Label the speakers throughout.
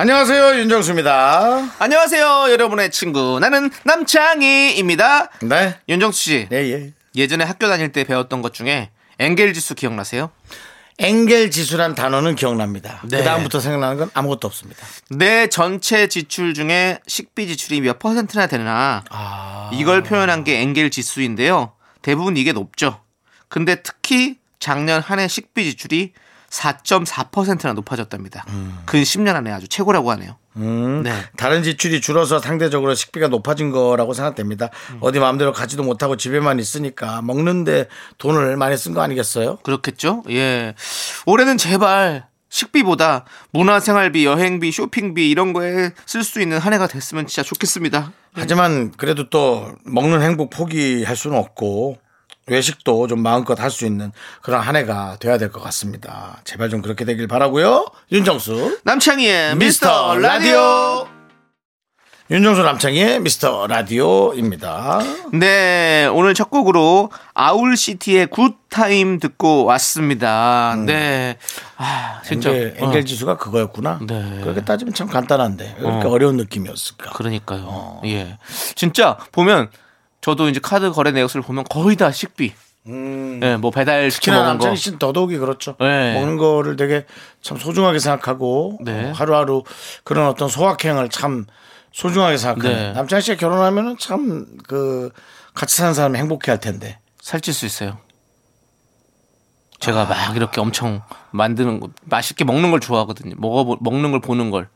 Speaker 1: 안녕하세요 윤정수입니다.
Speaker 2: 안녕하세요, 여러분의 친구. 나는 남창희입니다.
Speaker 1: 네.
Speaker 2: 윤정수 씨,
Speaker 1: 네 예.
Speaker 2: 예전에 학교 다닐 때 배웠던 것 중에 엥겔 지수 기억나세요?
Speaker 1: engel 지수란 단어는 기억납니다.
Speaker 2: 네.
Speaker 1: 그 다음부터 생각나는 건 아무것도 없습니다.
Speaker 2: 내 전체 지출 중에 식비 지출이 몇 퍼센트나 되나 이걸 표현한 게 엥겔 지수인데요. 대부분 이게 높죠. 근데 특히 작년 한 해 식비 지출이 4.4%나 높아졌답니다. 근 10년 안에 아주 최고라고 하네요. 네.
Speaker 1: 다른 지출이 줄어서 상대적으로 식비가 높아진 거라고 생각됩니다. 어디 마음대로 가지도 못하고 집에만 있으니까 먹는데 돈을 많이 쓴 거 아니겠어요?
Speaker 2: 그렇겠죠? 예. 올해는 제발 식비보다 문화생활비, 여행비, 쇼핑비 이런 거에 쓸 수 있는 한 해가 됐으면 진짜 좋겠습니다.
Speaker 1: 하지만 그래도 또 먹는 행복 포기할 수는 없고 외식도 좀 마음껏 할 수 있는 그런 한 해가 돼야 될 것 같습니다. 제발 좀 그렇게 되길 바라고요. 윤정수
Speaker 2: 남창희의
Speaker 1: 미스터
Speaker 2: 미스터 라디오.
Speaker 1: 윤정수 남창희의 미스터 라디오입니다.
Speaker 2: 네, 오늘 첫 곡으로 아울시티의 굿타임 듣고 왔습니다. 네. 아, 진짜.
Speaker 1: 네, 음. 앵겔
Speaker 2: 어,
Speaker 1: 지수가 그거였구나.
Speaker 2: 네.
Speaker 1: 그렇게 따지면 참 간단한데 왜 이렇게
Speaker 2: 어. 그렇죠.
Speaker 1: 어. 려운 느낌이었을까?
Speaker 2: 그러니까요.
Speaker 1: 어.
Speaker 2: 예. 진짜 보면 저도 이제 카드 거래 내역서를 보면 거의 다 식비. 예, 뭐 배달 시켜
Speaker 1: 음. 특히나
Speaker 2: 먹은 거.
Speaker 1: 남창희 씨는 더더욱이 그렇죠.
Speaker 2: 네.
Speaker 1: 먹는 거를 되게 참 소중하게 생각하고
Speaker 2: 네.
Speaker 1: 어, 하루하루 그런 어떤 소확행을 참 소중하게 생각하는
Speaker 2: 네.
Speaker 1: 남창희 씨가 결혼하면 참 그 같이 사는 사람이 행복해할 텐데
Speaker 2: 살찔 수 있어요. 제가 막 이렇게 엄청 만드는 거, 맛있게 먹는 걸 좋아하거든요. 먹어 먹는 걸 보는 걸.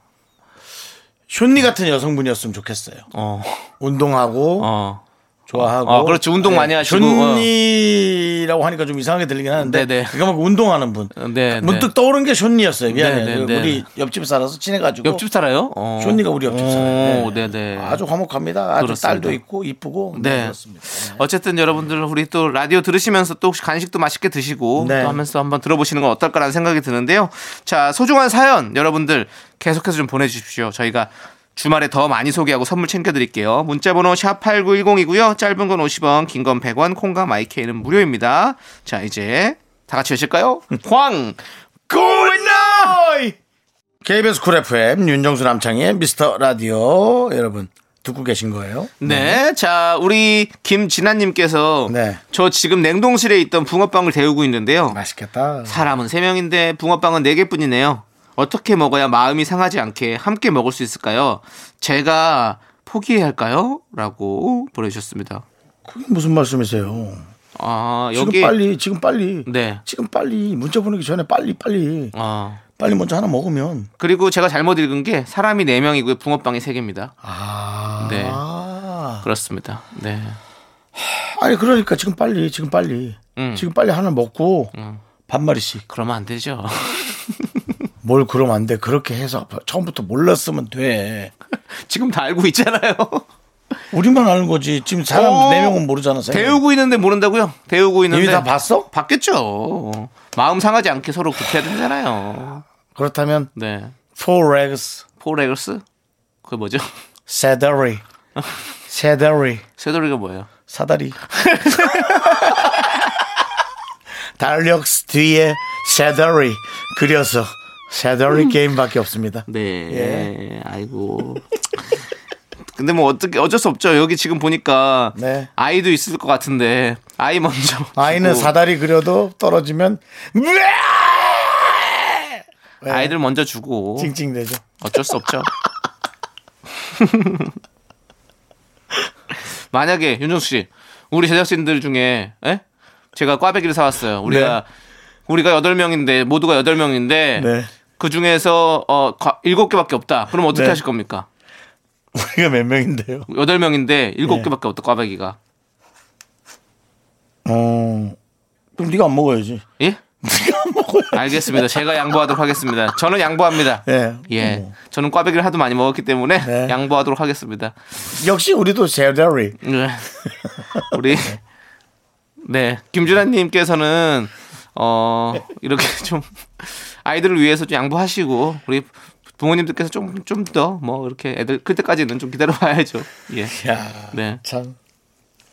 Speaker 1: 쇼니 같은 여성분이었으면 좋겠어요.
Speaker 2: 어.
Speaker 1: 운동하고
Speaker 2: 어.
Speaker 1: 좋아하고.
Speaker 2: 아, 그렇지. 운동 많이 하시고.
Speaker 1: 쇼니라고 하니까 좀 이상하게 들리긴 하는데.
Speaker 2: 네네.
Speaker 1: 그러니까 막 운동하는 분.
Speaker 2: 네,
Speaker 1: 문득
Speaker 2: 네.
Speaker 1: 떠오른 게 쇼니였어요. 미안해.
Speaker 2: 네네,
Speaker 1: 그
Speaker 2: 네.
Speaker 1: 우리 옆집 살아서 친해가지고.
Speaker 2: 옆집 살아요? 어.
Speaker 1: 쇼니가 우리 옆집 살아요.
Speaker 2: 오, 네, 네.
Speaker 1: 아주 화목합니다. 아주
Speaker 2: 그렇습니다.
Speaker 1: 딸도 있고 이쁘고.
Speaker 2: 네.
Speaker 1: 그렇습니다.
Speaker 2: 어쨌든 여러분들 우리 또 라디오 들으시면서 또 혹시 간식도 맛있게 드시고
Speaker 1: 네.
Speaker 2: 또 하면서 한번 들어보시는 건 어떨까라는 생각이 드는데요. 자, 소중한 사연 여러분들 계속해서 좀 보내주십시오. 저희가 주말에 더 많이 소개하고 선물 챙겨드릴게요. 문자번호 샵 8910이고요. 짧은 건 50원, 긴 건 100원, 콩과 마이케이는 무료입니다. 자, 이제 다 같이 하실까요? 황!
Speaker 1: 굿나잇! KBS 쿨 FM 윤정수 남창희의 미스터 라디오 여러분 듣고 계신 거예요?
Speaker 2: 네. 자, 우리 김진아님께서
Speaker 1: 네.
Speaker 2: 저 지금 냉동실에 있던 붕어빵을 데우고 있는데요.
Speaker 1: 맛있겠다.
Speaker 2: 사람은 3명인데 붕어빵은 4개뿐이네요. 어떻게 먹어야 마음이 상하지 않게 함께 먹을 수 있을까요? 제가 포기해야 할까요? 라고 보내주셨습니다.
Speaker 1: 그게 무슨 말씀이세요?
Speaker 2: 아,
Speaker 1: 지금
Speaker 2: 여기.
Speaker 1: 빨리 지금 빨리
Speaker 2: 네.
Speaker 1: 지금 빨리 문자 보내기 전에 빨리 빨리
Speaker 2: 아.
Speaker 1: 빨리 먼저 하나 먹으면
Speaker 2: 그리고 제가 잘못 읽은 게 사람이 4명이고요. 붕어빵이 3개입니다.
Speaker 1: 아
Speaker 2: 네.
Speaker 1: 아.
Speaker 2: 그렇습니다. 네.
Speaker 1: 아니 그러니까 지금 빨리 지금 빨리
Speaker 2: 음.
Speaker 1: 지금 빨리 하나 먹고 반마리씩
Speaker 2: 그러면 안 되죠.
Speaker 1: 뭘 그럼 안 돼 그렇게 해서 처음부터 몰랐으면 돼
Speaker 2: 지금 다 알고 있잖아요.
Speaker 1: 우리만 아는 거지 지금
Speaker 2: 어.
Speaker 1: 사람 네 명은 모르잖아 세 명은.
Speaker 2: 데우고 있는데 모른다고요? 데우고 있는데.
Speaker 1: 이미 다 봤어?
Speaker 2: 봤겠죠. 마음 상하지 않게 서로 구태야 되잖아요.
Speaker 1: 그렇다면
Speaker 2: 네.
Speaker 1: four legs
Speaker 2: 포레거스? 그게 뭐죠?
Speaker 1: 사다리 사다리
Speaker 2: 새돌이가 뭐예요?
Speaker 1: 사다리 달력 뒤에 사다리 그려서 사다리 게임밖에 없습니다
Speaker 2: 네.
Speaker 1: 예.
Speaker 2: 아이고. 근데 뭐 어떻게 어쩔 수 없죠. 여기 지금 보니까
Speaker 1: 네.
Speaker 2: 아이도 있을 것 같은데 아이 먼저.
Speaker 1: 아이는
Speaker 2: 주고
Speaker 1: 사다리 그려도 떨어지면 네.
Speaker 2: 아이들 먼저 주고
Speaker 1: 찡찡대죠.
Speaker 2: 어쩔 수 없죠. 만약에 윤정수 씨, 우리 제작진들 중에 에? 제가 꽈배기를 사왔어요. 우리가 우리가 여덟 명인데 모두가 여덟 명인데
Speaker 1: 네.
Speaker 2: 그 중에서 어 과- 일곱 개밖에 없다. 그럼 어떻게
Speaker 1: 네.
Speaker 2: 하실 겁니까?
Speaker 1: 우리가 몇 명인데요?
Speaker 2: 여덟 명인데 일곱
Speaker 1: 네.
Speaker 2: 개밖에 없다 꽈배기가.
Speaker 1: 어. 그럼 네가 안 먹어야지.
Speaker 2: 예?
Speaker 1: 네가 먹어야
Speaker 2: 알겠습니다. 제가 양보하도록 하겠습니다. 저는 양보합니다.
Speaker 1: 예.
Speaker 2: 예.
Speaker 1: 음.
Speaker 2: 저는 꽈배기를 하도 많이 먹었기 때문에
Speaker 1: 네.
Speaker 2: 양보하도록 하겠습니다.
Speaker 1: 역시 우리도 제자리.
Speaker 2: 네. 우리 네 김준환님께서는 어 이렇게 좀 아이들을 위해서 좀 양보하시고 우리 부모님들께서 좀 좀 더 뭐 이렇게 애들 클 때까지는 좀 기다려봐야죠. 예.
Speaker 1: 야,
Speaker 2: 네.
Speaker 1: 참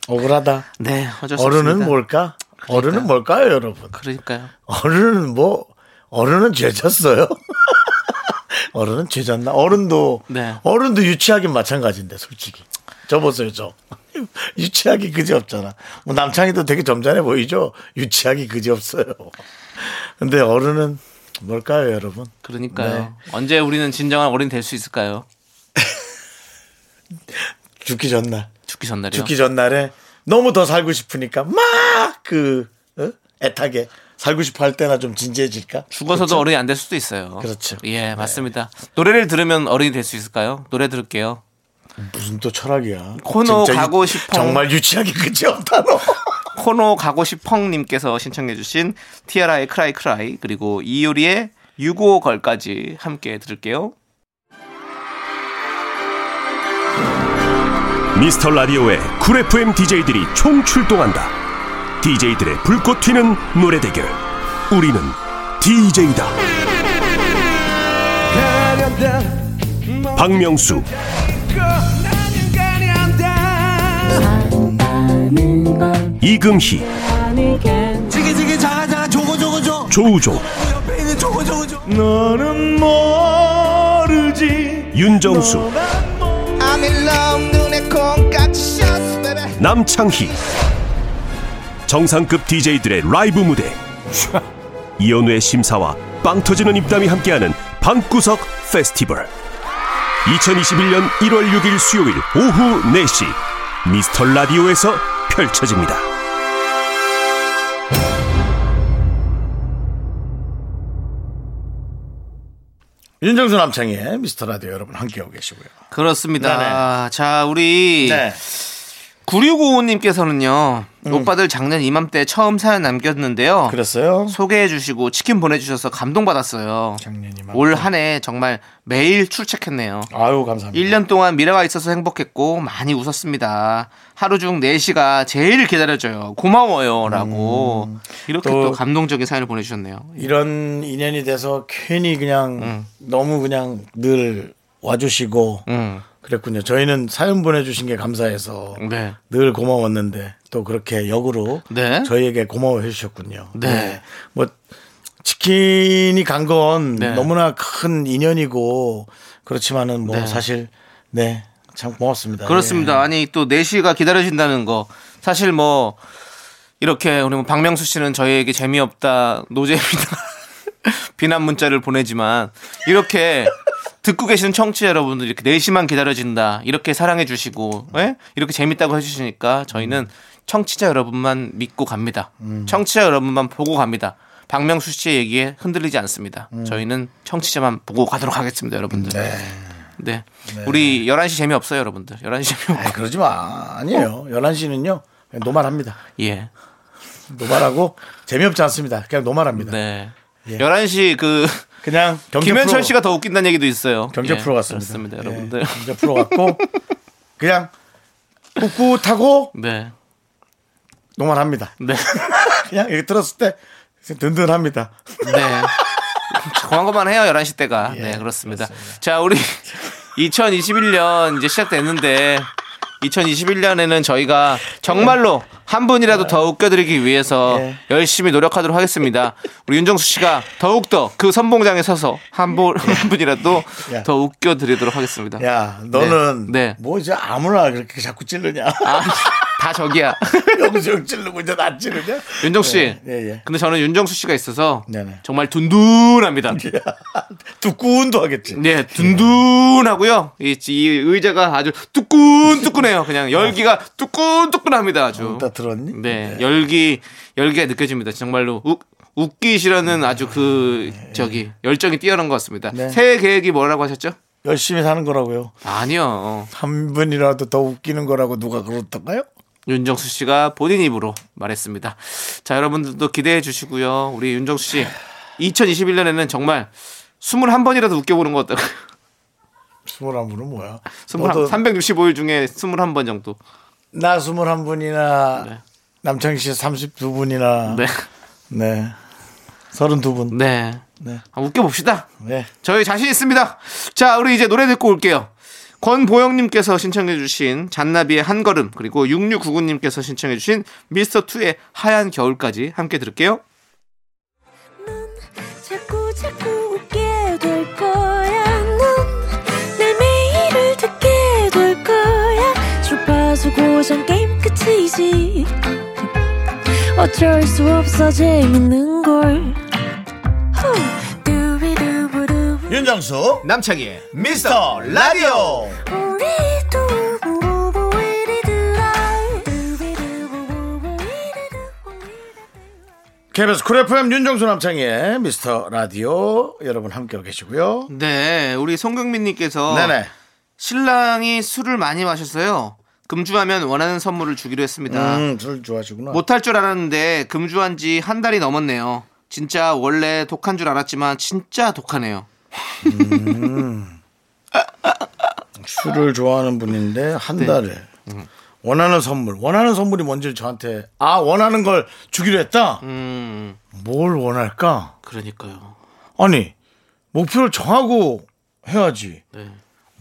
Speaker 1: 억울하다.
Speaker 2: 네. 어쩔 수
Speaker 1: 어른은
Speaker 2: 없습니다.
Speaker 1: 뭘까? 어른은
Speaker 2: 그러니까요.
Speaker 1: 뭘까요, 여러분?
Speaker 2: 그러니까요.
Speaker 1: 어른은 뭐 어른은 죄졌어요. 어른은 죄졌나? 어른도
Speaker 2: 네.
Speaker 1: 어른도 유치하긴 마찬가지인데 솔직히. 저 보세요, 저. 유치하기 그지 없잖아. 뭐 남창이도 되게 점잖해 보이죠? 유치하기 그지 없어요. 근데 어른은 뭘까요, 여러분? 네.
Speaker 2: 그러니까요. 언제 우리는 진정한 어른이 될 수 있을까요?
Speaker 1: 죽기 전날.
Speaker 2: 죽기 전날이요.
Speaker 1: 죽기 전날에 너무 더 살고 싶으니까 막 그 애타게 살고 싶어 할 때나 좀 진지해질까?
Speaker 2: 죽어서도 어른이 안 될 수도 있어요.
Speaker 1: 그렇죠.
Speaker 2: 예, 맞습니다. 노래를 들으면 어른이 될 수 있을까요? 노래 들을게요.
Speaker 1: 무슨 또 철학이야.
Speaker 2: 코너
Speaker 1: 진짜 유-
Speaker 2: 가고 싶어.
Speaker 1: 정말 유치하게 그지 없다 너.
Speaker 2: 코노 가고 싶펑님께서 신청해주신 티아라의 크라이 크라이 그리고 이효리의 유고 걸까지 함께 들을게요.
Speaker 3: 미스터 라디오의 쿨 FM DJ들이 총 출동한다. DJ들의 불꽃 튀는 노래 대결. 우리는 DJ다. 박명수, 이금희, 조우종, 윤정수, 남창희. 정상급 DJ들의 라이브 무대. 촤. 이연우의 심사와 빵 터지는 입담이 함께하는 방구석 페스티벌. 2021년 1월 6일 수요일 오후 4시 미스터 라디오에서 펼쳐집니다.
Speaker 1: 윤정수 남창의 미스터 라디오 여러분 함께하고 계시고요.
Speaker 2: 그렇습니다.
Speaker 1: 네네.
Speaker 2: 아, 자, 우리
Speaker 1: 네. 음.
Speaker 2: 9655님께서는요. 오빠들 작년 이맘때 처음 사연 남겼는데요.
Speaker 1: 그랬어요.
Speaker 2: 소개해주시고 치킨 보내주셔서 감동받았어요.
Speaker 1: 작년 이맘때.
Speaker 2: 올 한 해 정말 매일 출첵했네요.
Speaker 1: 아유 감사합니다.
Speaker 2: 1년 동안 미래가 있어서 행복했고 많이 웃었습니다. 하루 중 4시가 제일 기다려져요. 고마워요라고 이렇게 음. 또,
Speaker 1: 또
Speaker 2: 감동적인 사연을 보내주셨네요.
Speaker 1: 이런 인연이 돼서 괜히 그냥 너무 그냥 늘 와주시고
Speaker 2: 음.
Speaker 1: 그랬군요. 저희는 사연 보내주신 게 감사해서
Speaker 2: 네.
Speaker 1: 늘 고마웠는데 또 그렇게 역으로
Speaker 2: 네.
Speaker 1: 저희에게 고마워해 주셨군요.
Speaker 2: 네.
Speaker 1: 뭐 치킨이 간 건
Speaker 2: 네.
Speaker 1: 너무나 큰 인연이고 그렇지만은 뭐
Speaker 2: 네.
Speaker 1: 사실 네 참 고맙습니다. 예.
Speaker 2: 그렇습니다. 아니 또 4시가 기다려진다는 거 사실 뭐 이렇게 우리 뭐 박명수 씨는 저희에게 재미없다 노잼이다 비난 문자를 보내지만 이렇게 듣고 계시는 청취자 여러분들 이렇게 4시만 기다려진다 이렇게 사랑해 주시고 예? 이렇게 재밌다고 해주시니까 저희는 청취자 여러분만 믿고 갑니다. 청취자 여러분만 보고 갑니다. 박명수 씨의 얘기에 흔들리지 않습니다. 저희는 청취자만 보고 가도록 하겠습니다, 여러분들. 음. 네. 우리 11시 재미없어요, 여러분들. 11시
Speaker 1: 예.
Speaker 2: 재미없고.
Speaker 1: 아이, 그러지 마 아니에요. 1 1 시는요 그냥 노말합니다.
Speaker 2: 예.
Speaker 1: 노말하고 재미없지 않습니다. 그냥 노말합니다.
Speaker 2: 네. 11시 그
Speaker 1: 그냥 경제
Speaker 2: 김현철
Speaker 1: 프로,
Speaker 2: 씨가 더 웃긴다는 얘기도 있어요.
Speaker 1: 경제
Speaker 2: 예,
Speaker 1: 프로 같습니다.
Speaker 2: 그렇습니다,
Speaker 1: 예,
Speaker 2: 여러분들.
Speaker 1: 경제 프로 같고 그냥 꿋꿋하고
Speaker 2: 네.
Speaker 1: 노말합니다.
Speaker 2: 네.
Speaker 1: 그냥 이렇게 들었을 때 든든합니다.
Speaker 2: 네. 정한 것만 해요, 11시 때가.
Speaker 1: 예,
Speaker 2: 네, 그렇습니다. 자, 우리 2021년 이제 시작됐는데 2021년에는 저희가 정말로 한 분이라도 더 웃겨드리기 위해서
Speaker 1: 예.
Speaker 2: 열심히 노력하도록 하겠습니다. 우리 윤정수 씨가 더욱더 그 선봉장에 서서 한, 분, 한 분이라도
Speaker 1: 예. 야.
Speaker 2: 더 웃겨드리도록 하겠습니다.
Speaker 1: 야, 너는
Speaker 2: 네.
Speaker 1: 뭐 이제 아무나 그렇게 자꾸 찌르냐?
Speaker 2: 아, 다 저기야.
Speaker 1: 영수형 찌르고 이제 나 찌르냐?
Speaker 2: 윤정수 씨.
Speaker 1: 예, 예, 예.
Speaker 2: 근데 저는 윤정수 씨가 있어서
Speaker 1: 네네.
Speaker 2: 정말 둔둔합니다.
Speaker 1: 두꺼운도 하겠지.
Speaker 2: 네, 둔둔하고요. 이, 이 의자가 아주 뚜끈뚜끈해요. 그냥 열기가 뚜끈뚜끈합니다. 아주.
Speaker 1: 다 어. 들었니?
Speaker 2: 네, 열기 열기가 느껴집니다. 정말로 웃 웃기시라는 아주 그 저기 열정이 뛰어난 것 같습니다.
Speaker 1: 네.
Speaker 2: 새해 계획이 뭐라고 하셨죠?
Speaker 1: 열심히 사는 거라고요.
Speaker 2: 아니요.
Speaker 1: 한 분이라도 더 웃기는 거라고 누가 그렇던가요?
Speaker 2: 윤정수 씨가 본인 입으로 말했습니다. 자, 여러분들도 기대해 주시고요. 우리 윤정수 씨 2021년에는 정말 21번이라도 웃겨보는 거 어떨까요?
Speaker 1: 스물한 분은 뭐야?
Speaker 2: 21, 365일 중에 21번 정도.
Speaker 1: 나 스물한 분이나
Speaker 2: 네.
Speaker 1: 남창희 씨 삼십두 분이나
Speaker 2: 네.
Speaker 1: 네 서른두 분.
Speaker 2: 네.
Speaker 1: 네.
Speaker 2: 한번 웃겨봅시다.
Speaker 1: 네.
Speaker 2: 저희 자신 있습니다. 자, 우리 이제 노래 듣고 올게요. 권보영님께서 신청해주신 잔나비의 한 걸음 그리고 6699님께서 신청해주신 미스터 투의 하얀 겨울까지 함께 들을게요.
Speaker 4: 자꾸 자꾸 웃게 될 거야. 넌내 매일을 듣게 될 거야. 주파수 고정 게임 끝이지. 어쩔 수 없어 재밌는 걸. 후. 두비두부두부.
Speaker 1: 윤정수
Speaker 2: 남창희의
Speaker 1: 미스터 라디오.
Speaker 4: 우리 두부부부 우리들아. 두비두부부부 우리들아.
Speaker 1: KBS 쿨 FM 윤정수 남창희의 미스터 라디오 여러분 함께하고 계시고요.
Speaker 2: 네, 우리 송경민님께서
Speaker 1: 네네.
Speaker 2: 신랑이 술을 많이 마셨어요. 금주하면 원하는 선물을 주기로 했습니다.
Speaker 1: 음, 술 좋아하시구나.
Speaker 2: 못할 줄 알았는데 금주한 지 한 달이 넘었네요. 진짜 원래 독한 줄 알았지만 진짜 독하네요.
Speaker 1: 술을 좋아하는 분인데 한 달에 원하는 선물. 원하는 선물이 뭔지 저한테 아 원하는 걸 주기로 했다.
Speaker 2: 음,
Speaker 1: 뭘 원할까?
Speaker 2: 그러니까요.
Speaker 1: 아니 목표를 정하고 해야지.
Speaker 2: 네.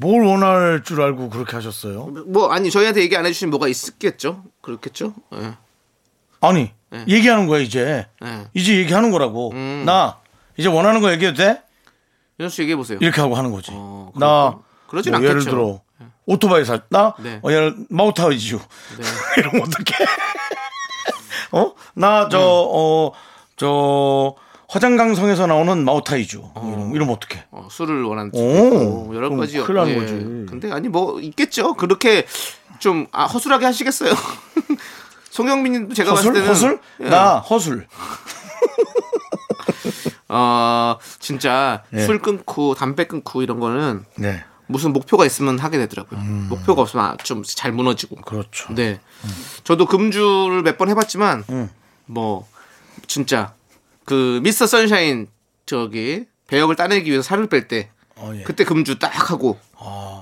Speaker 1: 뭘 원할 줄 알고 그렇게 하셨어요?
Speaker 2: 뭐 아니 저희한테 얘기 안 해주신 뭐가 있겠죠? 그렇겠죠? 예.
Speaker 1: 아니 얘기하는 거야 이제.
Speaker 2: 네.
Speaker 1: 이제 얘기하는 거라고. 나 이제 원하는 거 얘기해도 돼?
Speaker 2: 윤수 씨 얘기해 보세요.
Speaker 1: 이렇게 하고 하는 거지.
Speaker 2: 어, 그렇군.
Speaker 1: 나
Speaker 2: 그러진
Speaker 1: 뭐 예를
Speaker 2: 않겠죠.
Speaker 1: 들어 오토바이 사. 나
Speaker 2: 네.
Speaker 1: 어, 예를 마우타이즈.
Speaker 2: 네.
Speaker 1: 이러면 어떡해? 어? 나 저
Speaker 2: 음.
Speaker 1: 어, 저 화장강성에서 나오는 마우타이즈. 이러면, 이러면 어떡해?
Speaker 2: 어, 술을 원하는
Speaker 1: 오,
Speaker 2: 어, 여러
Speaker 1: 그럼
Speaker 2: 가지
Speaker 1: 큰일 나는
Speaker 2: 예.
Speaker 1: 거지.
Speaker 2: 근데 아니 뭐 있겠죠. 그렇게 좀 아, 허술하게 하시겠어요. 송영민님도 제가 봤을
Speaker 1: 허술?
Speaker 2: 때는
Speaker 1: 허술?
Speaker 2: 예.
Speaker 1: 나 허술.
Speaker 2: 어 진짜
Speaker 1: 예.
Speaker 2: 술 끊고 담배 끊고 이런 거는
Speaker 1: 네.
Speaker 2: 무슨 목표가 있으면 하게 되더라고요. 목표가 없으면 아, 좀 잘 무너지고.
Speaker 1: 음. 그렇죠.
Speaker 2: 네. 저도 금주를 몇 번 해봤지만
Speaker 1: 예.
Speaker 2: 뭐 진짜 그 미스터 선샤인 저기 배역을 따내기 위해서 살을 뺄 때
Speaker 1: 어, 예. 어. 아,
Speaker 2: 그때 금주 딱 하고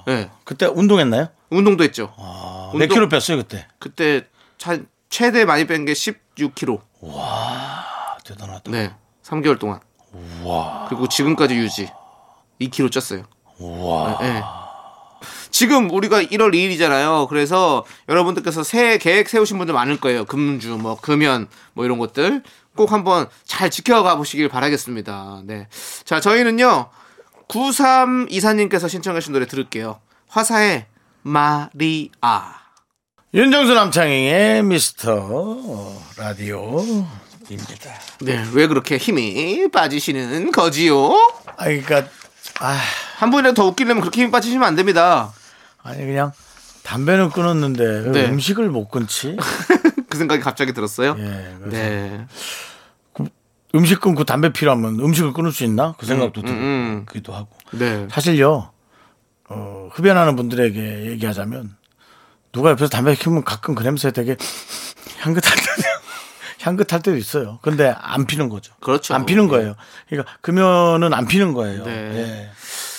Speaker 2: 예
Speaker 1: 그때 운동했나요? 아,
Speaker 2: 운동도 했죠.
Speaker 1: 몇
Speaker 2: 운동-
Speaker 1: 킬로 뺐어요 그때?
Speaker 2: 그때 차- 최대 많이 뺀 게 16kg.
Speaker 1: 아 대단하다.
Speaker 2: 네. 3개월 동안. 그리고 지금까지 유지. 2kg 쪘어요.
Speaker 1: 우와.
Speaker 2: 예. 지금 우리가 1월 2일이잖아요. 그래서 여러분들께서 새해 계획 세우신 분들 많을 거예요. 금주, 뭐, 금연, 뭐 이런 것들. 꼭 한번 잘 지켜가 보시길 바라겠습니다. 네. 자, 저희는요. 9324님께서 신청하신 노래 들을게요. 화사의 마리아.
Speaker 1: 윤정수 남창희의 미스터 라디오입니다.
Speaker 2: 네. 왜 그렇게 힘이 빠지시는 거지요?
Speaker 1: 아 그러니까 아
Speaker 2: 한 분이라도 더 웃기려면 그렇게 힘 빠지시면 안 됩니다.
Speaker 1: 아니 그냥 담배는 끊었는데 왜
Speaker 2: 네.
Speaker 1: 음식을 못 끊지?
Speaker 2: 그 생각이 갑자기 들었어요.
Speaker 1: 예, 그래서
Speaker 2: 네.
Speaker 1: 음식 끊고 담배 필요하면 음식을 끊을 수 있나? 그 생각도
Speaker 2: 음.
Speaker 1: 들기도 하고.
Speaker 2: 네.
Speaker 1: 사실요 어, 흡연하는 분들에게 얘기하자면 누가 옆에서 담배 피우면 가끔 그 냄새 되게 향긋할 때도 향긋할 때도 있어요. 근데 안 피는 거죠.
Speaker 2: 그렇죠.
Speaker 1: 안 피는 거예요. 그러니까 금연은 안 피는 거예요.
Speaker 2: 네.
Speaker 1: 예.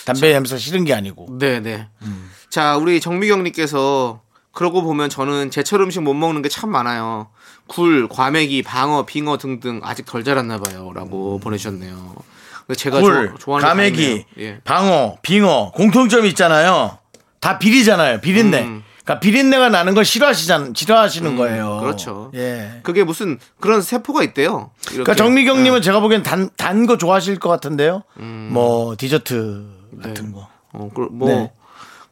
Speaker 1: 담배 냄새 싫은 게 아니고.
Speaker 2: 네, 네.
Speaker 1: 음.
Speaker 2: 자, 우리 정미경님께서 그러고 보면 저는 제철 음식 못 먹는 게 참 많아요. 굴, 과메기, 방어, 빙어 등등 아직 덜 자랐나 봐요라고
Speaker 1: 음.
Speaker 2: 보내주셨네요. 근데 제가
Speaker 1: 꿀,
Speaker 2: 좋아- 좋아하는
Speaker 1: 가메기,
Speaker 2: 과메기예요. 예.
Speaker 1: 방어, 빙어 공통점이 있잖아요. 다 비리잖아요. 비린내.
Speaker 2: 음.
Speaker 1: 그러니까 비린내가 나는 걸 싫어하시잖, 싫어하시는 거예요.
Speaker 2: 그렇죠.
Speaker 1: 예.
Speaker 2: 그게 무슨 그런 세포가 있대요.
Speaker 1: 그러니까
Speaker 2: 예.
Speaker 1: 정미경님은 제가 보기엔 단 단 거 좋아하실 것 같은데요.
Speaker 2: 음.
Speaker 1: 뭐 디저트
Speaker 2: 네.
Speaker 1: 같은 거.
Speaker 2: 어뭐
Speaker 1: 네.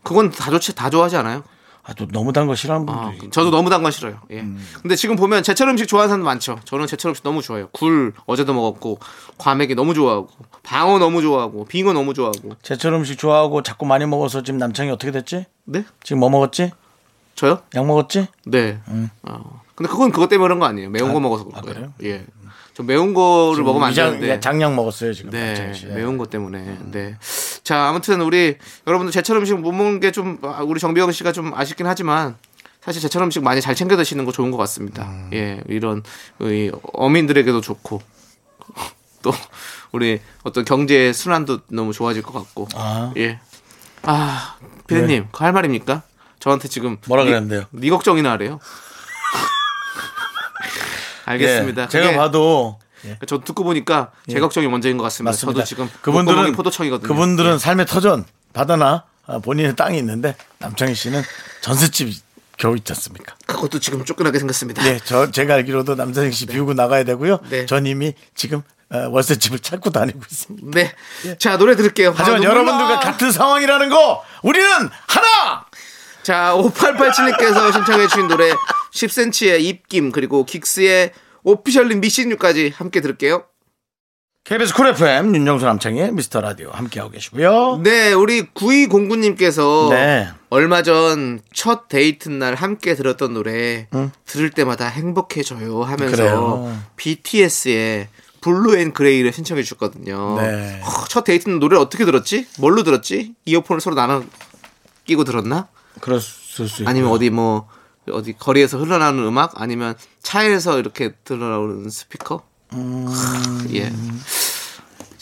Speaker 2: 그건 다 좋지 다 좋아하지 않아요?
Speaker 1: 아 또 너무 단 거 싫어하는 분도
Speaker 2: 아,
Speaker 1: 있
Speaker 2: 저도 너무 단 건 싫어요. 예.
Speaker 1: 음.
Speaker 2: 근데 지금 보면 제철 음식 좋아하는 사람 많죠. 저는 제철 음식 너무 좋아해요. 굴 어제도 먹었고 과메기 너무 좋아하고 방어 너무 좋아하고 빙어 너무 좋아하고.
Speaker 1: 제철 음식 좋아하고 자꾸 많이 먹어서 지금 남창이 어떻게 됐지?
Speaker 2: 네?
Speaker 1: 지금 뭐 먹었지?
Speaker 2: 저요?
Speaker 1: 약 먹었지?
Speaker 2: 네. 어. 근데 그건 그것 때문에 그런 거 아니에요. 매운 거 먹어서
Speaker 1: 음.
Speaker 2: 그런
Speaker 1: 아,
Speaker 2: 거예요.
Speaker 1: 그래요?
Speaker 2: 예. 저 매운 거를 먹으면 안
Speaker 1: 위장-
Speaker 2: 되는데.
Speaker 1: 장약 먹었어요 음. 지금.
Speaker 2: 네,
Speaker 1: 남창희 씨.
Speaker 2: 매운 것 때문에. 네. 아, 자, 아무튼 우리 여러분들 제철 음식 못 먹는 게 좀 우리 정비영 씨가 좀 아쉽긴 하지만 사실 제철 음식 많이 잘 챙겨 드시는 거 좋은 것 같습니다.
Speaker 1: 음.
Speaker 2: 예, 이런 이 어민들에게도 좋고 또 우리 어떤 경제 순환도 너무 좋아질 것 같고.
Speaker 1: 아. 네.
Speaker 2: 예. 아, 피디님, 그거 할 말입니까? 저한테 지금
Speaker 1: 뭐라
Speaker 2: 니-
Speaker 1: 그랬는데요?
Speaker 2: 니 걱정이나 하래요. 알겠습니다.
Speaker 1: 예, 제가
Speaker 2: 그게
Speaker 1: 봐도
Speaker 2: 그러니까 저 듣고 보니까 제 걱정이 먼저인 것 같습니다.
Speaker 1: 예. 맞습니다.
Speaker 2: 저도 지금
Speaker 1: 그분들은
Speaker 2: 포도청이거든요. 예.
Speaker 1: 그분들은 삶의 터전 바다나 아, 본인의 땅이 있는데 남창희 씨는 전셋집 겨우 있지 않습니까?
Speaker 2: 그것도 지금 쫓겨나게 생겼습니다.
Speaker 1: 예, 저 제가 알기로도 남창희 씨 비우고 나가야 되고요.
Speaker 2: 네.
Speaker 1: 전 이미 지금 어, 월세집을 찾고 다니고 있습니다.
Speaker 2: 네. 자, 노래 들을게요.
Speaker 1: 예. 하지만
Speaker 2: 아, 눈물
Speaker 1: 여러분들과
Speaker 2: 나.
Speaker 1: 같은 상황이라는 거 우리는 하나.
Speaker 2: 자, 5887님께서 신청해주신 노래 10cm의 입김, 그리고 긱스의 오피셜린 미신유까지 함께 들을게요.
Speaker 1: KBS 쿨 FM 윤정수 남창희 미스터 라디오 함께하고 계시고요.
Speaker 2: 네, 우리 9209님께서
Speaker 1: 네.
Speaker 2: 얼마 전 첫 데이트 날 함께 들었던 노래 들을 때마다 행복해져요 하면서
Speaker 1: 그래요.
Speaker 2: BTS의 블루 앤 그레이를 신청해 주셨거든요.
Speaker 1: 네.
Speaker 2: 허, 첫 데이트는 노래를 어떻게 들었지? 뭘로 들었지? 이어폰을 서로 나눠 끼고 들었나?
Speaker 1: 그랬을 수 있고.
Speaker 2: 아니면 어디 뭐 어디 거리에서 흘러나오는 음악 아니면 차에서 이렇게 들어나오는 스피커
Speaker 1: 음.
Speaker 2: 크, 예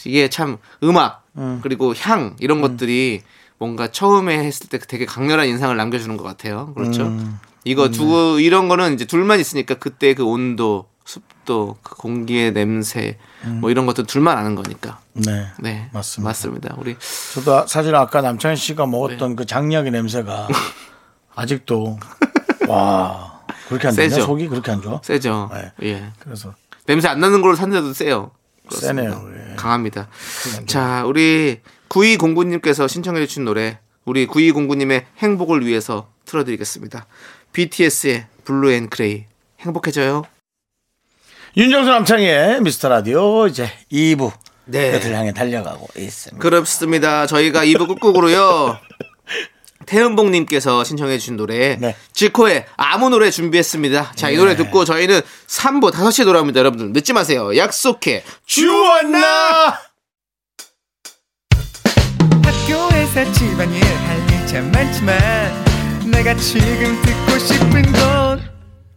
Speaker 2: 이게 참 음악 그리고 향
Speaker 1: 음.
Speaker 2: 이런 것들이 뭔가 처음에 했을 때 되게 강렬한 인상을 남겨주는 것 같아요 그렇죠
Speaker 1: 음.
Speaker 2: 이거 두 이런 거는 이제 둘만 있으니까 그때 그 온도 습도 그 공기의 냄새 뭐 이런 것도 둘만 아는 거니까
Speaker 1: 네.
Speaker 2: 네
Speaker 1: 음. 맞습니다.
Speaker 2: 맞습니다 우리
Speaker 1: 저도 아- 사실 아까 남창희 씨가 먹었던
Speaker 2: 네.
Speaker 1: 그 장약의 냄새가 아직도 와 그렇게 안 되냐
Speaker 2: 세죠?
Speaker 1: 속이 그렇게 안 좋아?
Speaker 2: 세죠
Speaker 1: 네.
Speaker 2: 예
Speaker 1: 그래서
Speaker 2: 냄새 안 나는 걸로 샀는데도 세요. 그렇습니다.
Speaker 1: 세네요, 예.
Speaker 2: 강합니다. 자, 우리 9209님께서 신청해 주신 노래 우리 9209님의 행복을 위해서 틀어드리겠습니다. BTS의 블루 앤 그레이 행복해져요.
Speaker 1: 윤정수 남창희의 미스터 라디오 이제 2부
Speaker 2: 네.
Speaker 1: 끝을 향해 달려가고 있습니다.
Speaker 2: 그렇습니다. 저희가 2부 끝곡으로요. 태은봉님께서 신청해 주신 노래
Speaker 1: 네.
Speaker 2: 지코의 아무 노래 준비했습니다. 자, 이 노래 듣고 저희는 3부 5시에 돌아옵니다. 여러분들 늦지 마세요. 약속해.
Speaker 1: 주원나
Speaker 5: 학교에서 집안일 할 일 참 많지만 내가 지금 듣고 싶은 건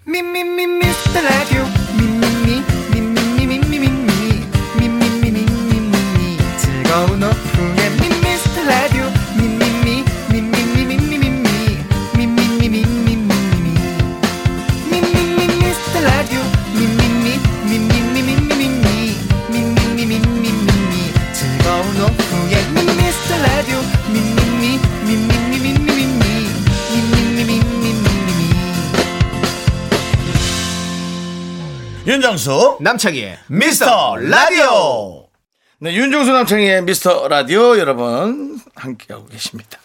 Speaker 5: 미미미 미스터 라디오 미미미 미미미 미미미 미미미 미미미 즐거운 오후에 미스터 라디오 미미미 미미미 미미미 미미미 미미미
Speaker 2: 그
Speaker 1: 윤정수
Speaker 2: 남창희의
Speaker 1: 미스터 라디오 네 윤정수 남창희의 미스터 라디오 여러분 함께하고 계십니다.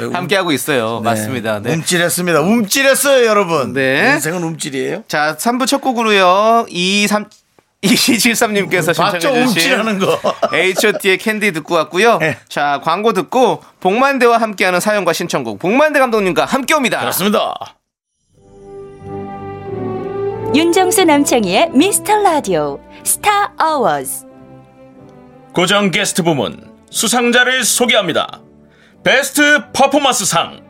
Speaker 1: 네.
Speaker 2: 함께하고 있어요. 맞습니다. 네.
Speaker 1: 음. 움찔했습니다. 움찔했어요 여러분.
Speaker 2: 네.
Speaker 1: 인생은 움찔이에요.
Speaker 2: 자, 3부 첫 곡으로요. 23 2273님께서
Speaker 1: 봤죠
Speaker 2: 신청해
Speaker 1: 움찔하는
Speaker 2: 주신
Speaker 1: 거.
Speaker 2: H.O.T의 의 캔디 듣고 왔고요.
Speaker 1: 네.
Speaker 2: 자, 광고 듣고 복만대와 함께하는 사연과 신청곡 복만대 감독님과 함께 옵니다.
Speaker 1: 그렇습니다.
Speaker 6: 윤정수 남창희의 미스터 라디오 스타 어워즈
Speaker 7: 고정 게스트 부문 수상자를 소개합니다. 베스트 퍼포먼스 상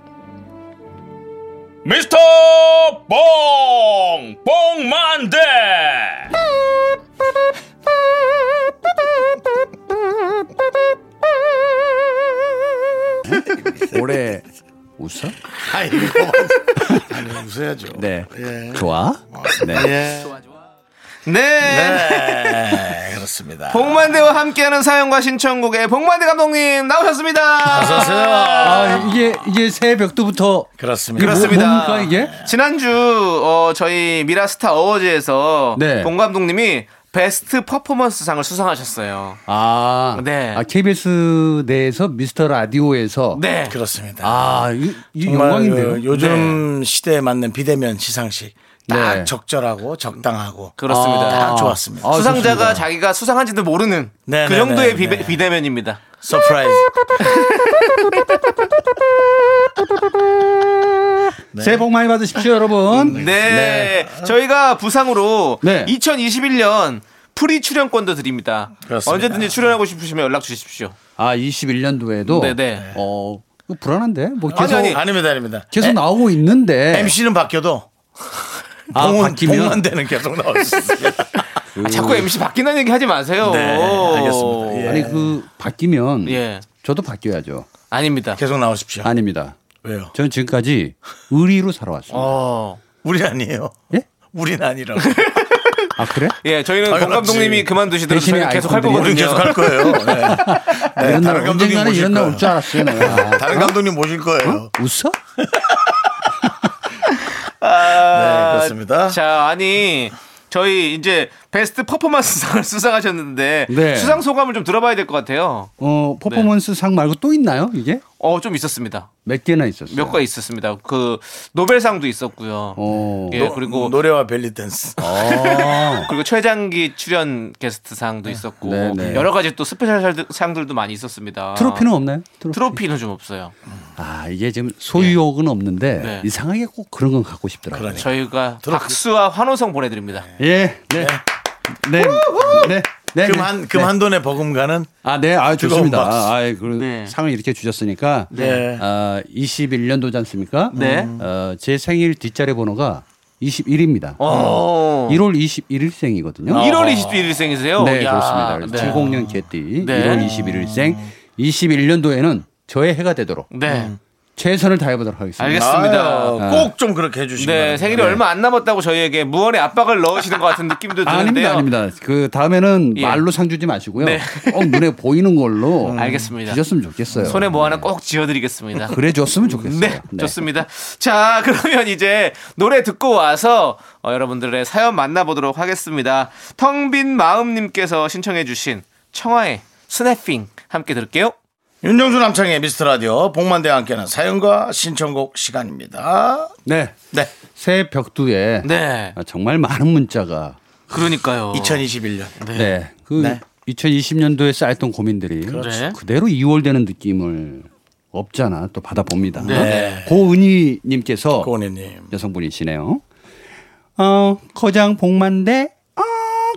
Speaker 7: 미스터 봉 봉만대
Speaker 8: 올해 웃어?
Speaker 1: 아니, 웃어야죠.
Speaker 8: 네. 좋아? 네.
Speaker 2: 네.
Speaker 1: 네, 그렇습니다.
Speaker 2: 복만대와 함께하는 사연과 신청곡의 복만대 감독님 나오셨습니다.
Speaker 8: 아, 이게, 이게 새벽도부터.
Speaker 1: 그렇습니다.
Speaker 8: 이게 뭐-
Speaker 2: 그렇습니다.
Speaker 8: 뭡니까, 이게?
Speaker 2: 지난주 어, 저희 미라스타 어워즈에서
Speaker 8: 네.
Speaker 2: 봉 감독님이 베스트 퍼포먼스 상을 수상하셨어요.
Speaker 8: 아.
Speaker 2: 네.
Speaker 8: 아, KBS 내에서 미스터 라디오에서.
Speaker 2: 네.
Speaker 1: 뭐- 그렇습니다.
Speaker 8: 아, 이, 이
Speaker 1: 정말
Speaker 8: 영광인데요.
Speaker 1: 그 요즘 시대에 맞는 비대면 시상식 딱
Speaker 8: 네.
Speaker 1: 적절하고 적당하고
Speaker 2: 그렇습니다.
Speaker 1: 딱 좋았습니다.
Speaker 8: 아,
Speaker 2: 수상자가
Speaker 8: 좋습니다.
Speaker 2: 자기가 수상한지도 모르는
Speaker 1: 네,
Speaker 2: 그
Speaker 1: 네,
Speaker 2: 정도의
Speaker 1: 네,
Speaker 2: 비대,
Speaker 1: 네.
Speaker 2: 비대면입니다.
Speaker 1: 서프라이즈.
Speaker 8: 새해 복 많이 받으십시오, 여러분.
Speaker 2: 네. 저희가 부상으로
Speaker 8: 네.
Speaker 2: 2021년 프리 출연권도 드립니다.
Speaker 1: 그렇습니다.
Speaker 2: 언제든지 출연하고 싶으시면 연락 주십시오.
Speaker 8: 아, 21년도에도
Speaker 2: 네, 네.
Speaker 8: 어, 이거 불안한데? 뭐 계속
Speaker 1: 아니, 아니. 아닙니다, 아닙니다.
Speaker 8: 계속 나오고 있는데
Speaker 1: MC는 바뀌어도
Speaker 8: 아,
Speaker 1: 봉은
Speaker 8: 바뀌면?
Speaker 1: 봉만 되는 계속 나올 수 있어요.
Speaker 2: 아, 자꾸 MC 바뀐다는 얘기 하지 마세요.
Speaker 1: 네, 알겠습니다. 예.
Speaker 8: 아니 그 바뀌면
Speaker 2: 예.
Speaker 8: 저도 바뀌어야죠.
Speaker 2: 아닙니다.
Speaker 1: 계속 나오십시오.
Speaker 8: 아닙니다.
Speaker 1: 왜요?
Speaker 8: 저는 지금까지 의리로 살아왔습니다.
Speaker 2: 어.
Speaker 1: 우린 아니에요.
Speaker 8: 예?
Speaker 1: 우린 아니라고.
Speaker 8: 아 그래?
Speaker 2: 예, 저희는
Speaker 1: 당연하지.
Speaker 2: 봉 감독님이 그만두시더라도
Speaker 8: 대신에
Speaker 2: 저희는 계속 할
Speaker 8: 아이콘들이-
Speaker 1: 우린
Speaker 2: 거거든요.
Speaker 1: 계속 할 거예요. 네. 네,
Speaker 8: 아, 이런 날
Speaker 1: 다른 감독님
Speaker 8: 언젠가는
Speaker 1: 모실
Speaker 8: 이런 날 올
Speaker 1: 거예요.
Speaker 8: 줄 알았어요. 아, 내가.
Speaker 1: 다른 감독님 모실 거예요.
Speaker 8: 웃어?
Speaker 1: 네, 그렇습니다.
Speaker 2: 아, 자, 아니 저희 이제 베스트 퍼포먼스 상을 수상하셨는데
Speaker 8: 네.
Speaker 2: 수상 소감을 좀 들어봐야 될 것 같아요.
Speaker 8: 어 퍼포먼스 상 말고 또 있나요? 이게
Speaker 2: 어, 좀 있었습니다.
Speaker 8: 몇 개나 있었어요?
Speaker 2: 몇 가 있었습니다. 그 노벨상도 있었고요.
Speaker 8: 어.
Speaker 2: 예, 그리고
Speaker 1: 음, 노래와 벨리 댄스.
Speaker 8: 어.
Speaker 2: 그리고 최장기 출연 게스트상도 있었고
Speaker 8: 네, 네.
Speaker 2: 여러 가지 또 스페셜 상들도 많이 있었습니다.
Speaker 8: 트로피는 없나요? 트로피.
Speaker 2: 트로피는 좀 없어요.
Speaker 8: 아 이게 지금 소유욕은 없는데
Speaker 2: 네.
Speaker 8: 이상하게 꼭 그런 건 갖고 싶더라고요.
Speaker 1: 그러니까.
Speaker 2: 저희가 박수와 환호성 보내드립니다.
Speaker 8: 예, 네, 네, 네, 네.
Speaker 1: 금한 금한돈의 버금가는
Speaker 8: 아, 네, 아 좋습니다.
Speaker 1: 뜨거운 박수.
Speaker 8: 아, 아이, 그
Speaker 2: 네.
Speaker 8: 상을 이렇게 주셨으니까,
Speaker 1: 네.
Speaker 8: 아, 21년도지 않습니까?
Speaker 2: 네.
Speaker 8: 어, 제 생일 뒷자리 번호가 21입니다.
Speaker 2: 어.
Speaker 8: 1월 21일생이거든요.
Speaker 2: 1월 21일생이세요?
Speaker 8: 아. 네, 그렇습니다. 70년 개띠,
Speaker 2: 네.
Speaker 8: 1월 21일생, 21년도에는 저의 해가 되도록
Speaker 2: 네.
Speaker 8: 최선을 다해보도록 하겠습니다. 아,
Speaker 2: 알겠습니다.
Speaker 1: 아,
Speaker 2: 아.
Speaker 1: 꼭 좀 그렇게 해주시면.
Speaker 2: 네, 생일이 얼마 안 남았다고 저희에게 무언의 압박을 넣으시는 것 같은 느낌도 드는데요.
Speaker 8: 아닙니다, 아닙니다. 그 다음에는
Speaker 2: 네, 어. 예.
Speaker 8: 말로 상 주지 마시고요.
Speaker 2: 네.
Speaker 8: 꼭 눈에 보이는 걸로
Speaker 2: 알겠습니다.
Speaker 8: 주셨으면 좋겠어요.
Speaker 2: 손에 뭐
Speaker 8: 네.
Speaker 2: 하나 꼭 쥐어드리겠습니다.
Speaker 8: 그래 줬으면 좋겠어요.
Speaker 2: 네, 좋습니다. 자, 그러면 이제 노래 듣고 와서 어, 여러분들의 사연 만나보도록 하겠습니다. 텅빈 마음님께서 신청해주신 청하의 스냅핑 함께 들을게요.
Speaker 1: 윤정수 남창의 미스터 라디오 복만대와 함께하는 사연과 신청곡 시간입니다.
Speaker 8: 네.
Speaker 1: 네,
Speaker 8: 새 벽두에
Speaker 2: 네,
Speaker 8: 아, 정말 많은 문자가
Speaker 2: 그러니까요.
Speaker 1: 2021년.
Speaker 8: 네. 그 2020년도에 쌓였던 고민들이 네.
Speaker 2: 그렇죠.
Speaker 8: 그대로 이월되는 느낌을 없잖아 또 받아봅니다.
Speaker 1: 네.
Speaker 8: 고은희 님께서
Speaker 1: 고은혜님.
Speaker 8: 여성분이시네요. 어, 거장 복만대. 아,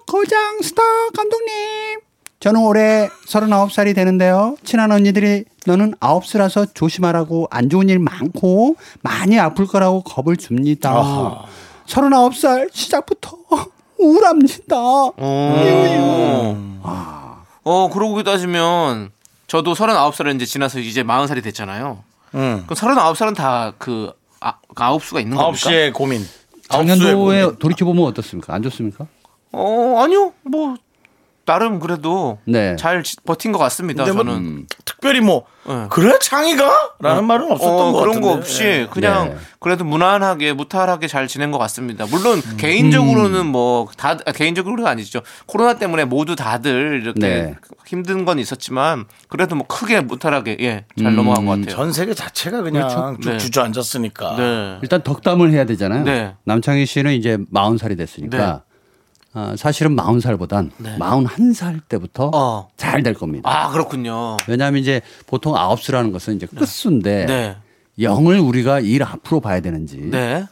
Speaker 8: 거장 스타 감독님. 저는 올해 39살이 되는데요. 친한 언니들이 너는 9살라서 조심하라고 안 좋은 일 많고 많이 아플 거라고 겁을 줍니다. 39살 시작부터 우울합니다.
Speaker 2: 어, 그러고 따지면 저도 39살을 이제 지나서 이제 40살이 됐잖아요.
Speaker 1: 음.
Speaker 2: 그럼 39살은 다 그 아, 아홉 수가 있는 겁니까?
Speaker 1: 9시에 고민. 아홉 시에
Speaker 8: 작년도에 뭐.
Speaker 1: 고민.
Speaker 8: 돌이켜보면 어떻습니까? 안 좋습니까?
Speaker 2: 어, 아니요. 뭐 나름 그래도
Speaker 8: 네.
Speaker 2: 잘 지- 버틴 것 같습니다.
Speaker 1: 근데 뭐
Speaker 2: 저는
Speaker 1: 특별히 뭐
Speaker 2: 네.
Speaker 1: 그래 창이가? 라는 말은 없었던
Speaker 2: 어,
Speaker 1: 것
Speaker 2: 그런
Speaker 1: 같은데.
Speaker 2: 거 없이
Speaker 1: 네.
Speaker 2: 그냥
Speaker 8: 네.
Speaker 2: 그래도 무난하게 무탈하게 잘 지낸 것 같습니다. 물론 개인적으로는 뭐 다 개인적으로는 아니죠. 코로나 때문에 모두 다들 이렇게
Speaker 8: 네.
Speaker 2: 힘든 건 있었지만 그래도 뭐 크게 무탈하게 예, 잘 넘어간 것 같아요.
Speaker 1: 네. 전 세계 자체가 그냥 쭉
Speaker 2: 네.
Speaker 1: 주저앉았으니까.
Speaker 2: 네.
Speaker 8: 일단 덕담을 해야 되잖아요.
Speaker 2: 네.
Speaker 8: 남창희 씨는 이제 40살이
Speaker 1: 네.
Speaker 8: 됐으니까 아, 사실은 40살보단 41살 때부터
Speaker 2: 어.
Speaker 8: 잘 될 겁니다.
Speaker 2: 아, 그렇군요.
Speaker 8: 왜냐하면 이제 보통 아홉수라는 것은 이제 끝수인데
Speaker 2: 네.
Speaker 8: 영을 우리가 일 앞으로 봐야 되는지
Speaker 2: 네.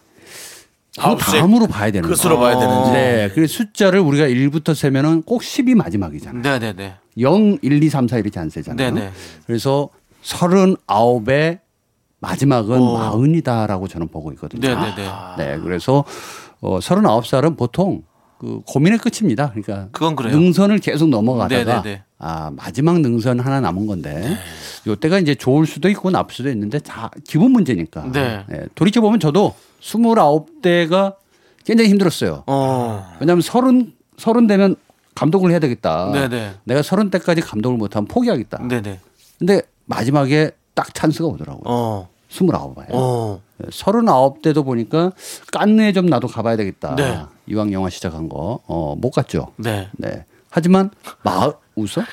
Speaker 8: 그
Speaker 1: 아홉 수의
Speaker 8: 다음으로 봐야 되는지
Speaker 1: 끝으로 봐야 되는지.
Speaker 8: 네. 그 숫자를 우리가 1부터 세면은 꼭 10이 마지막이잖아요.
Speaker 2: 네, 네, 네.
Speaker 8: 0, 1, 2, 3, 4 이렇게 안 세잖아요.
Speaker 2: 네, 네.
Speaker 8: 그래서 39의 마지막은 마흔이다라고 저는 보고 있거든요.
Speaker 2: 네, 네, 네.
Speaker 8: 네, 그래서 어 39살은 보통 그 고민의 끝입니다. 그러니까
Speaker 2: 그건 그래요.
Speaker 8: 능선을 계속 넘어가다가
Speaker 2: 네네네. 네.
Speaker 8: 아, 마지막 능선 하나 남은 건데 요때가 이제 좋을 수도 있고 나쁠 수도 있는데 자, 기본 문제니까. 예,
Speaker 2: 네.
Speaker 8: 돌이켜 보면 저도 29대가 굉장히 힘들었어요.
Speaker 2: 어.
Speaker 8: 왜냐하면 서른 서른 되면 감독을 해야 되겠다.
Speaker 2: 네네.
Speaker 8: 내가 서른 때까지 감독을 못하면 포기하겠다.
Speaker 2: 네, 네.
Speaker 8: 근데 마지막에 딱 찬스가 오더라고요.
Speaker 2: 어.
Speaker 8: 스물아홉에.
Speaker 2: 어.
Speaker 8: 서른아홉 때도 보니까 깐느에 좀 나도 가봐야 되겠다.
Speaker 2: 네.
Speaker 8: 이왕 영화 시작한 거. 어, 못 갔죠.
Speaker 2: 네.
Speaker 8: 네. 하지만 마흔 웃어?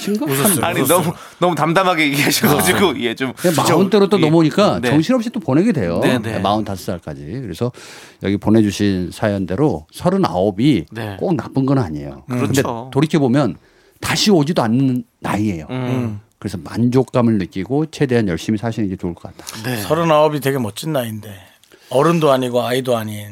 Speaker 8: 심각?
Speaker 2: 아니 너무 너무 담담하게 얘기하셔가지고 예 좀
Speaker 8: 마흔대로 또
Speaker 2: 예.
Speaker 8: 넘어오니까
Speaker 2: 네.
Speaker 8: 정신없이 또 보내게 돼요.
Speaker 2: 네, 네.
Speaker 8: 마흔다섯 살까지. 그래서 여기 보내주신 사연대로 서른아홉이
Speaker 2: 네.
Speaker 8: 꼭 나쁜 건 아니에요. 그런데
Speaker 2: 그렇죠.
Speaker 8: 돌이켜 보면 다시 오지도 않는 나이예요.
Speaker 2: 음.
Speaker 8: 그래서 만족감을 느끼고 최대한 열심히 사시는 게 좋을 것 같다.
Speaker 2: 네.
Speaker 1: 서른아홉이 되게 멋진 나이인데 어른도 아니고 아이도 아닌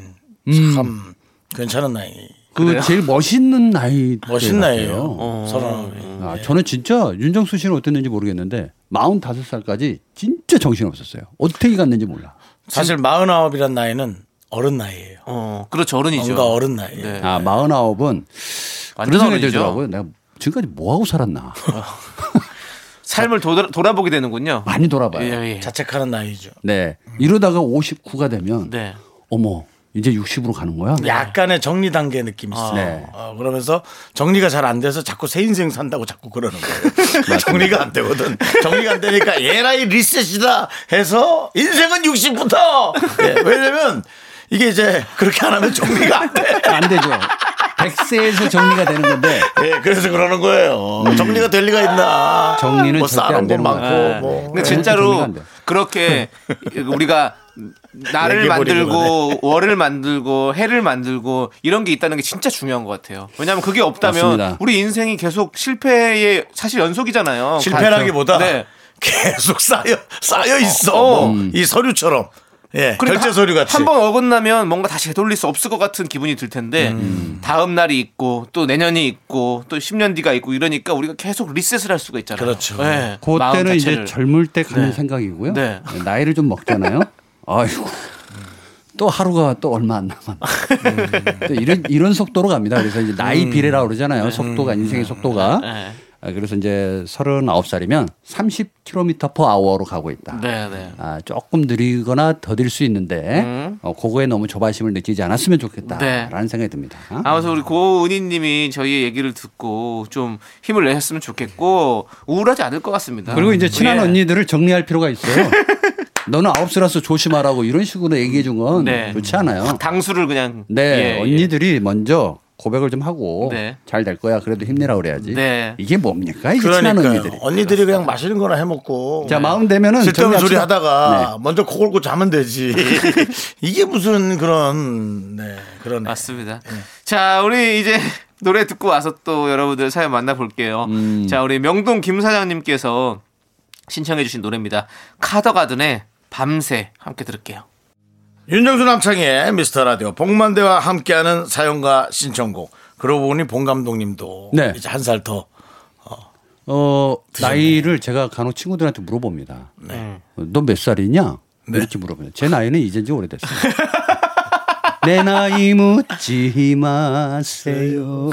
Speaker 2: 음,
Speaker 1: 참 괜찮은 나이.
Speaker 8: 그 제일 멋있는 나이
Speaker 1: 멋진
Speaker 8: 때
Speaker 1: 나이예요.
Speaker 2: 어.
Speaker 8: 같아요.
Speaker 1: 서른아홉이.
Speaker 8: 아, 저는 진짜 윤정수 씨는 어땠는지 모르겠는데 45살까지 진짜 정신없었어요. 어떻게 갔는지 몰라.
Speaker 1: 사실 마흔아홉이란 나이는 어른 나이예요.
Speaker 2: 어, 그렇죠. 어른이죠.
Speaker 1: 뭔가 어른 예. 나이.
Speaker 2: 네.
Speaker 8: 아, 49은
Speaker 2: 완전
Speaker 8: 그런
Speaker 2: 어른이죠.
Speaker 8: 애들 더라고요. 내가 지금까지 뭐 하고 살았나.
Speaker 2: 삶을 돌아, 돌아보게 되는군요.
Speaker 8: 많이 돌아봐요.
Speaker 2: 예, 예.
Speaker 1: 자책하는 나이죠.
Speaker 8: 네. 이러다가 59가 되면
Speaker 2: 네.
Speaker 8: 어머, 이제 60으로 가는 거야?
Speaker 1: 약간의 정리 단계 느낌이 있어요.
Speaker 8: 네.
Speaker 1: 어, 그러면서 정리가 잘 안 돼서 자꾸 새 인생 산다고 자꾸 그러는 거예요. 정리가 안 되거든. 정리가 안 되니까 얘라이 리셋이다 해서 인생은 60부터. 예, 왜냐면 이게 이제 그렇게 안 하면 정리가 안 돼.
Speaker 8: 안 되죠. 100세에서 정리가 되는 건데
Speaker 1: 예, 그래서 그러는 거예요. 정리가 될 리가 있나.
Speaker 8: 음. 정리는
Speaker 1: 뭐
Speaker 8: 절대 안
Speaker 1: 쌓아놓은 건
Speaker 8: 되는
Speaker 1: 많고
Speaker 2: 네.
Speaker 1: 뭐.
Speaker 2: 근데
Speaker 8: 네. 정리가
Speaker 2: 진짜로
Speaker 8: 안 돼요.
Speaker 2: 그렇게 우리가 나를
Speaker 1: 얘기해버리는
Speaker 2: 만들고 월을 만들고 해를 만들고 이런 게 있다는 게 진짜 중요한 것 같아요. 왜냐하면 그게 없다면
Speaker 8: 맞습니다.
Speaker 2: 우리 인생이 계속 실패의 사실 연속이잖아요.
Speaker 1: 실패라기보다
Speaker 2: 어, 네.
Speaker 1: 계속 쌓여 쌓여 있어.
Speaker 2: 어, 어.
Speaker 1: 뭐 이 서류처럼. 예,
Speaker 2: 그러니까
Speaker 1: 결제 서류 같이.
Speaker 2: 한번 어긋나면 뭔가 다시 되돌릴 수 없을 것 같은 기분이 들 텐데 다음 날이 있고 또 내년이 있고 또 10년 뒤가 있고 이러니까 우리가 계속 리셋을 할 수가 있잖아요.
Speaker 1: 그렇죠.
Speaker 2: 네, 마음
Speaker 8: 그때는 이제
Speaker 2: 자체를.
Speaker 8: 젊을 때 가는
Speaker 2: 네.
Speaker 8: 생각이고요.
Speaker 2: 네.
Speaker 8: 나이를 좀 먹잖아요. 아이고. 또 하루가 또 얼마 안 남았나. 또 이런 이런 속도로 갑니다. 그래서 이제 나이 비례라고 그러잖아요. 속도가 인생의 속도가.
Speaker 2: 음. 네.
Speaker 8: 아, 그래서 이제 39살이면 30km per hour로 가고 있다.
Speaker 2: 네, 네.
Speaker 8: 아, 조금 느리거나 더딜 수 있는데 어, 그거에 너무 조바심을 느끼지
Speaker 2: 음. 네.
Speaker 8: 않았으면 좋겠다라는 생각이 듭니다.
Speaker 2: 아무튼 우리 고은희님이 저희의 얘기를 듣고 좀 힘을 내셨으면 좋겠고 우울하지 않을 것 같습니다.
Speaker 8: 그리고 이제 친한
Speaker 2: 예.
Speaker 1: 네.
Speaker 8: 언니들을 정리할 필요가 있어요. 너는 아홉수라서 조심하라고 이런 식으로 얘기해 준 건
Speaker 2: 네.
Speaker 8: 좋지 않아요.
Speaker 2: 당수를 그냥
Speaker 8: 네,
Speaker 2: 예,
Speaker 8: 언니들이 먼저 고백을 좀 하고
Speaker 2: 네.
Speaker 8: 잘 될 거야. 그래도 힘내라 그래야지.
Speaker 2: 네.
Speaker 8: 이게 뭡니까? 이게 친한
Speaker 1: 그러니까요.
Speaker 8: 언니들이.
Speaker 1: 언니들이 그냥 마시는 거나 해 먹고. 네.
Speaker 8: 자, 마음 되면은
Speaker 1: 쓸데없는 소리
Speaker 8: 정리합시다.
Speaker 1: 하다가 먼저 코 골고 자면 되지. 이게 무슨 그런 네 그런.
Speaker 2: 맞습니다. 자, 우리 이제 노래 듣고 와서 또 여러분들 사연 만나볼게요. 자, 우리 명동 김 사장님께서 신청해주신 노래입니다. 카더가든의 밤새 함께 들을게요.
Speaker 1: 윤정수 남창의 미스터 라디오 복만대와 함께하는 사연과 신청곡. 그러고 보니 봉 감독님도
Speaker 8: 네.
Speaker 1: 이제 한 살 더.
Speaker 8: 어, 나이를 제가 간혹 친구들한테 물어봅니다.
Speaker 1: 네.
Speaker 8: 넌 몇 살이냐? 이렇게 물어봅니다. 제 나이는 이젠 지 오래됐어요. 내 나이 묻지 마세요.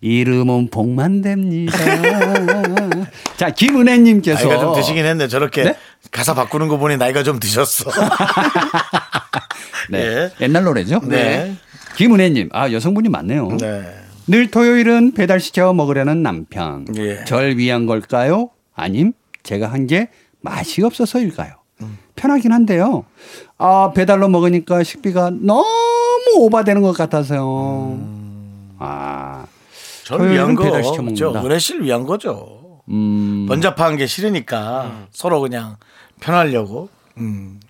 Speaker 8: 이름은 복만됩니다. 자, 김은혜님께서.
Speaker 1: 나이가 좀 드시긴 했네. 저렇게
Speaker 8: 네?
Speaker 1: 가사 바꾸는 거 보니 나이가 좀 드셨어.
Speaker 8: 네. 옛날 노래죠?
Speaker 1: 예. 네.
Speaker 8: 김은혜님, 아, 여성분이 많네요.
Speaker 1: 네.
Speaker 8: 늘 토요일은 배달시켜 먹으려는 남편.
Speaker 1: 예.
Speaker 8: 절 위한 걸까요? 아님 제가 한 게 맛이 없어서일까요? 편하긴 한데요. 아, 배달로 먹으니까 식비가 너무 오바되는 것 같아서요. 아,
Speaker 1: 저를 위한
Speaker 8: 토요일은 배달시켜
Speaker 1: 거죠. 그렇죠.
Speaker 8: 먹는다.
Speaker 1: 은혜 씨를 위한 거죠.
Speaker 8: 음,
Speaker 1: 번잡한 게 싫으니까 서로 그냥 편하려고. 음.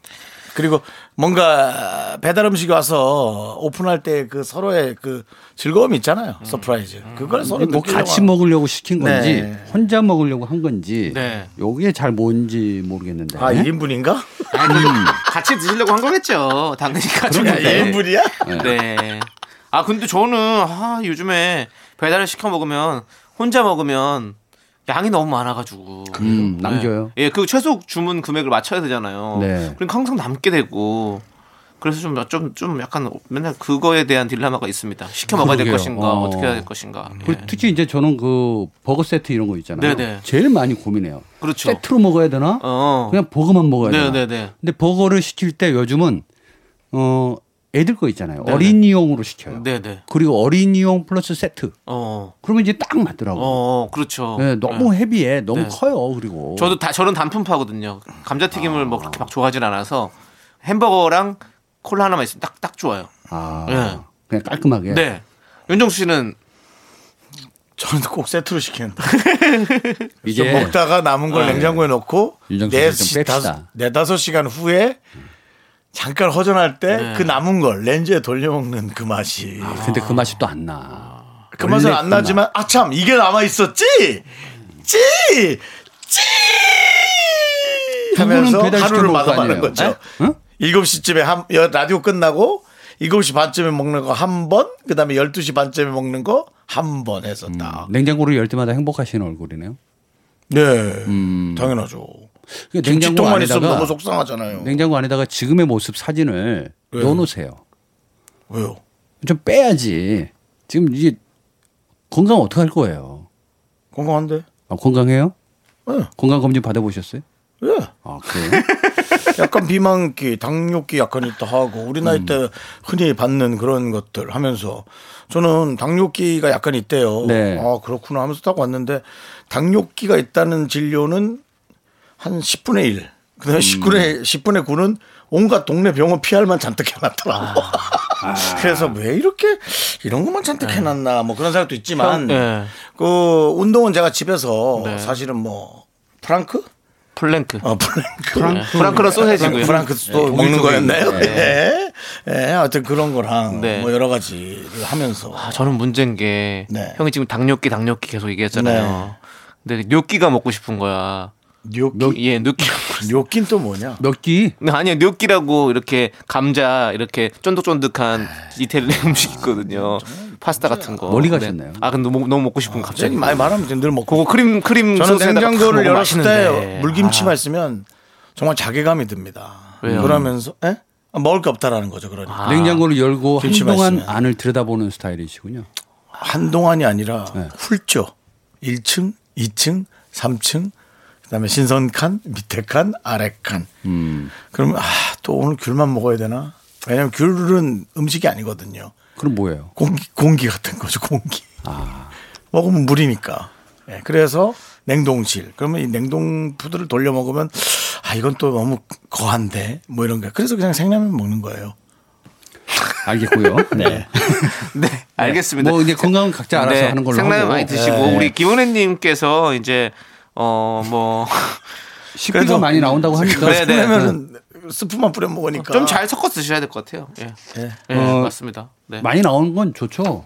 Speaker 1: 그리고 뭔가 배달 음식이 와서 오픈할 때 그 서로의 그 즐거움이 있잖아요. 서프라이즈. 그걸 서로
Speaker 8: 뭐
Speaker 1: 느끼려고
Speaker 8: 같이
Speaker 1: 하는
Speaker 8: 먹으려고 시킨 건지
Speaker 1: 네.
Speaker 8: 혼자 먹으려고 한 건지
Speaker 2: 네.
Speaker 8: 요게 잘 뭔지 모르겠는데.
Speaker 1: 아, 1인분인가?
Speaker 2: 아, 같이 드시려고 한 거겠죠. 당연히 같이.
Speaker 8: 그러니까
Speaker 1: 야,
Speaker 8: 예.
Speaker 2: 네.
Speaker 1: 1인분이야?
Speaker 2: 네. 아, 근데 저는 아, 요즘에 배달을 시켜 먹으면 혼자 먹으면 양이 너무 많아가지고.
Speaker 8: 음, 남겨요.
Speaker 2: 예, 그 최소 주문 금액을 맞춰야 되잖아요.
Speaker 8: 네.
Speaker 2: 그러니까 항상 남게 되고. 그래서 좀, 좀, 좀 약간 맨날 그거에 대한 딜레마가 있습니다. 시켜 먹어야 될
Speaker 8: 그러게요.
Speaker 2: 것인가,
Speaker 8: 어.
Speaker 2: 어. 떻게 해야 될 것인가. 예.
Speaker 8: 그리고 특히 이제 저는 그 버거 세트 이런 거 있잖아요.
Speaker 2: 네네.
Speaker 8: 제일 많이 고민해요.
Speaker 2: 그렇죠.
Speaker 8: 세트로 먹어야 되나?
Speaker 2: 어.
Speaker 8: 그냥 버거만 먹어야 되나?
Speaker 2: 네네네.
Speaker 8: 근데 버거를 시킬 때 요즘은 어 애들 거
Speaker 1: 네,
Speaker 8: 있잖아요. 어린이용으로 시켜요.
Speaker 2: 네네.
Speaker 8: 그리고 어린이용 플러스 세트.
Speaker 2: 어.
Speaker 8: 그러면 이제 딱 맞더라고. 요
Speaker 2: 어, 그렇죠.
Speaker 8: 네, 너무 헤비해. 너무
Speaker 2: 네.
Speaker 8: 커요. 그리고
Speaker 2: 저도 다 저는 단품파거든요. 감자튀김을 뭐 그렇게 막 좋아하진 않아서 햄버거랑 콜라 하나만 있으면 딱 딱 좋아요.
Speaker 8: 아
Speaker 2: 네.
Speaker 8: 그냥 깔끔하게.
Speaker 2: 네. 윤정수 씨는
Speaker 1: 저는 꼭 세트로 시키는데.
Speaker 8: 이제
Speaker 1: 먹다가 남은
Speaker 8: 아,
Speaker 1: 걸 냉장고에 넣고
Speaker 8: 윤정수
Speaker 1: 네
Speaker 8: 예. 씨좀
Speaker 1: 시-
Speaker 8: 뺍시다.
Speaker 1: 다섯- 네 다섯 시간 후에 잠깐 허전할 때 그 남은 걸 렌즈에 돌려 먹는 그 맛이.
Speaker 8: 아, 근데 그 맛이 또 안 나.
Speaker 1: 그 맛은
Speaker 8: 원래
Speaker 1: 안 나지만 아 참 이게 남아 있었지 찌! 찌! 하면서
Speaker 8: 배달 시켜
Speaker 1: 하루를
Speaker 8: 먹을 거
Speaker 1: 마감하는
Speaker 8: 아니에요?
Speaker 1: 거죠.
Speaker 8: 에? 응?
Speaker 1: 7시쯤에 한, 여- 라디오 끝나고 7시 반쯤에 먹는 거 한 번, 그 다음에
Speaker 8: 음.
Speaker 1: 12시 반쯤에 먹는 거 한 번 해서 딱.
Speaker 8: 냉장고를 열 때마다 행복하신 얼굴이네요.
Speaker 1: 네. 당연하죠.
Speaker 8: 그 음. 냉장고
Speaker 1: 김치통만 있으면
Speaker 8: 안에다가
Speaker 1: 너무 속상하잖아요.
Speaker 8: 냉장고 안에다가 지금의 모습 사진을
Speaker 1: 네.
Speaker 8: 넣어놓으세요.
Speaker 1: 왜요?
Speaker 8: 좀 빼야지. 지금 이제 건강 어떻게 할 거예요?
Speaker 1: 건강한데?
Speaker 8: 아, 건강해요?
Speaker 2: 네.
Speaker 1: 예.
Speaker 8: 건강 검진 받아보셨어요?
Speaker 1: 예.
Speaker 8: 아 그래요?
Speaker 1: 약간 비만기, 당뇨기 약간 있다 하고 우리 나이 때 흔히 받는 그런 것들 하면서 저는 당뇨기가 약간 있대요.
Speaker 8: 네.
Speaker 1: 아 그렇구나 하면서 딱 왔는데 당뇨기가 있다는 진료는 한 10분의 1. 그다음에 10분의 10분의 9는 온갖 동네 병원 PR만 잔뜩 해놨더라고. 그래서 왜 이렇게 이런 것만 잔뜩 해놨나 뭐 그런 생각도 있지만
Speaker 2: 네.
Speaker 1: 그 운동은 제가 집에서 사실은 뭐 프랑크
Speaker 2: 플랭크.
Speaker 1: 어, 프랑크.
Speaker 2: 프랑크로 소세지고요.
Speaker 1: 프랑크도 먹는 거였나요? 네. 네. 하여튼 그런 거랑
Speaker 2: 네.
Speaker 1: 뭐 여러 가지를 하면서.
Speaker 2: 아, 저는 문제인 게
Speaker 1: 네.
Speaker 2: 형이 지금 당뇨기 당뇨기 계속 얘기했잖아요. 근데 뇨끼가 먹고 싶은 거야.
Speaker 1: 뇨끼.
Speaker 2: 예, 뇨끼.
Speaker 1: 뇨끼는 또 뭐냐?
Speaker 8: 몇 끼?
Speaker 2: 아니야 뇨끼라고 이렇게 감자 이렇게 쫀득쫀득한
Speaker 1: 아.
Speaker 2: 이태리 음식 있거든요. 파스타 같은 거.
Speaker 8: 멀리
Speaker 2: 네.
Speaker 8: 가셨네요.
Speaker 2: 아 근데 너무, 너무 먹고 싶은 거 갑자기.
Speaker 1: 갑자기 예, 많이 말하면 지금 늘 먹고.
Speaker 2: 그거 크림 크림
Speaker 1: 저는
Speaker 2: 소스에다가
Speaker 1: 냉장고를
Speaker 2: 먹으면
Speaker 1: 열었을 때
Speaker 2: 맛있는데. 아.
Speaker 1: 물김치만 있으면 정말 자괴감이 듭니다.
Speaker 2: 왜요?
Speaker 1: 그러면서 예? 아, 먹을 게 없다라는 거죠. 그러니까
Speaker 2: 아.
Speaker 8: 냉장고를 열고
Speaker 1: 김치만
Speaker 8: 한동안
Speaker 1: 있으면.
Speaker 8: 안을 들여다보는 스타일이시군요.
Speaker 1: 한동안이 아니라 훌쩍 1층, 2층, 3층 그다음에 신선 칸, 밑에 칸, 아래 칸. 그러면 아, 또 오늘 귤만 먹어야 되나? 왜냐면 귤은 음식이 아니거든요.
Speaker 8: 그럼 뭐예요?
Speaker 1: 공기, 공기 같은 거죠, 공기. 먹으면 물이니까. 예, 그래서 냉동실. 그러면 이 냉동푸드를 돌려 먹으면 아, 이건 또 너무 거한데 뭐 이런 거. 그래서 그냥 생라면 먹는 거예요.
Speaker 8: 알겠고요. 네.
Speaker 2: 네, 알겠습니다.
Speaker 8: 뭐 이제 건강은 각자 알아서
Speaker 2: 네,
Speaker 8: 하는 걸로
Speaker 2: 생라면
Speaker 8: 하고.
Speaker 2: 많이 드시고
Speaker 8: 네.
Speaker 2: 우리 김은혜님께서 이제 어 뭐.
Speaker 1: 아.
Speaker 8: 식비가
Speaker 1: 그래도-
Speaker 8: 많이 나온다고 하니까
Speaker 2: 그래, 네.
Speaker 1: 생라면은 음, 스프만 뿌려 먹으니까
Speaker 2: 좀 잘 섞어 드셔야 될 것 같아요. 예.
Speaker 1: 예.
Speaker 2: 예,
Speaker 8: 어,
Speaker 2: 맞습니다. 네.
Speaker 8: 많이 나오는 건 좋죠.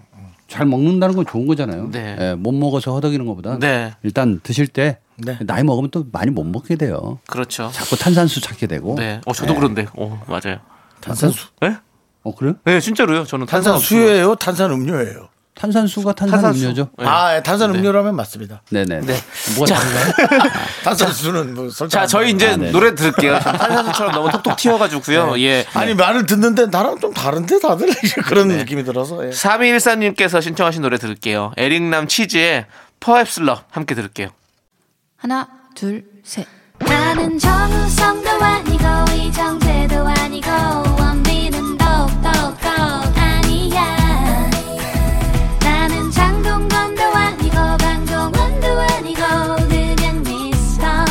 Speaker 8: 잘 먹는다는 건 좋은 거잖아요.
Speaker 2: 네.
Speaker 8: 예, 못 먹어서 허덕이는 것보다
Speaker 2: 네.
Speaker 8: 일단 드실 때
Speaker 1: 네.
Speaker 8: 나이 먹으면 또 많이 못 먹게 돼요.
Speaker 2: 그렇죠.
Speaker 8: 자꾸 탄산수 찾게 되고.
Speaker 2: 네. 어, 저도 그런데. 어, 맞아요.
Speaker 1: 탄산수.
Speaker 2: 예?
Speaker 8: 어 그래?
Speaker 2: 네, 진짜로요. 저는 탄산 없어요.
Speaker 1: 탄산수예요, 탄산음료예요.
Speaker 8: 탄산수가 탄산
Speaker 2: 탄산수.
Speaker 8: 음료죠.
Speaker 2: 네.
Speaker 1: 아, 예, 탄산음료라면 맞습니다.
Speaker 8: 네네. 뭐가 다른가요?
Speaker 1: 탄산수는 뭐 설탕.
Speaker 2: 자,
Speaker 1: 안
Speaker 2: 저희
Speaker 1: 넣어요.
Speaker 2: 이제 노래 들을게요. 탄산수처럼 너무 톡톡 튀어가지고요. 예.
Speaker 1: 아니 말을 듣는데 나랑 좀 다른데 다들 그런
Speaker 2: 네.
Speaker 1: 느낌이 들어서. 예.
Speaker 2: 3213님께서 신청하신 노래 들을게요. 에릭남 치즈의 퍼앱슬러 함께 들을게요.
Speaker 9: 하나, 둘, 셋.
Speaker 4: 나는 정우성도 아니고 이정재도 아니고 원빈은 더욱더 아니야 나는 장동건도 아니고 강동원도 아니고 그냥 미스터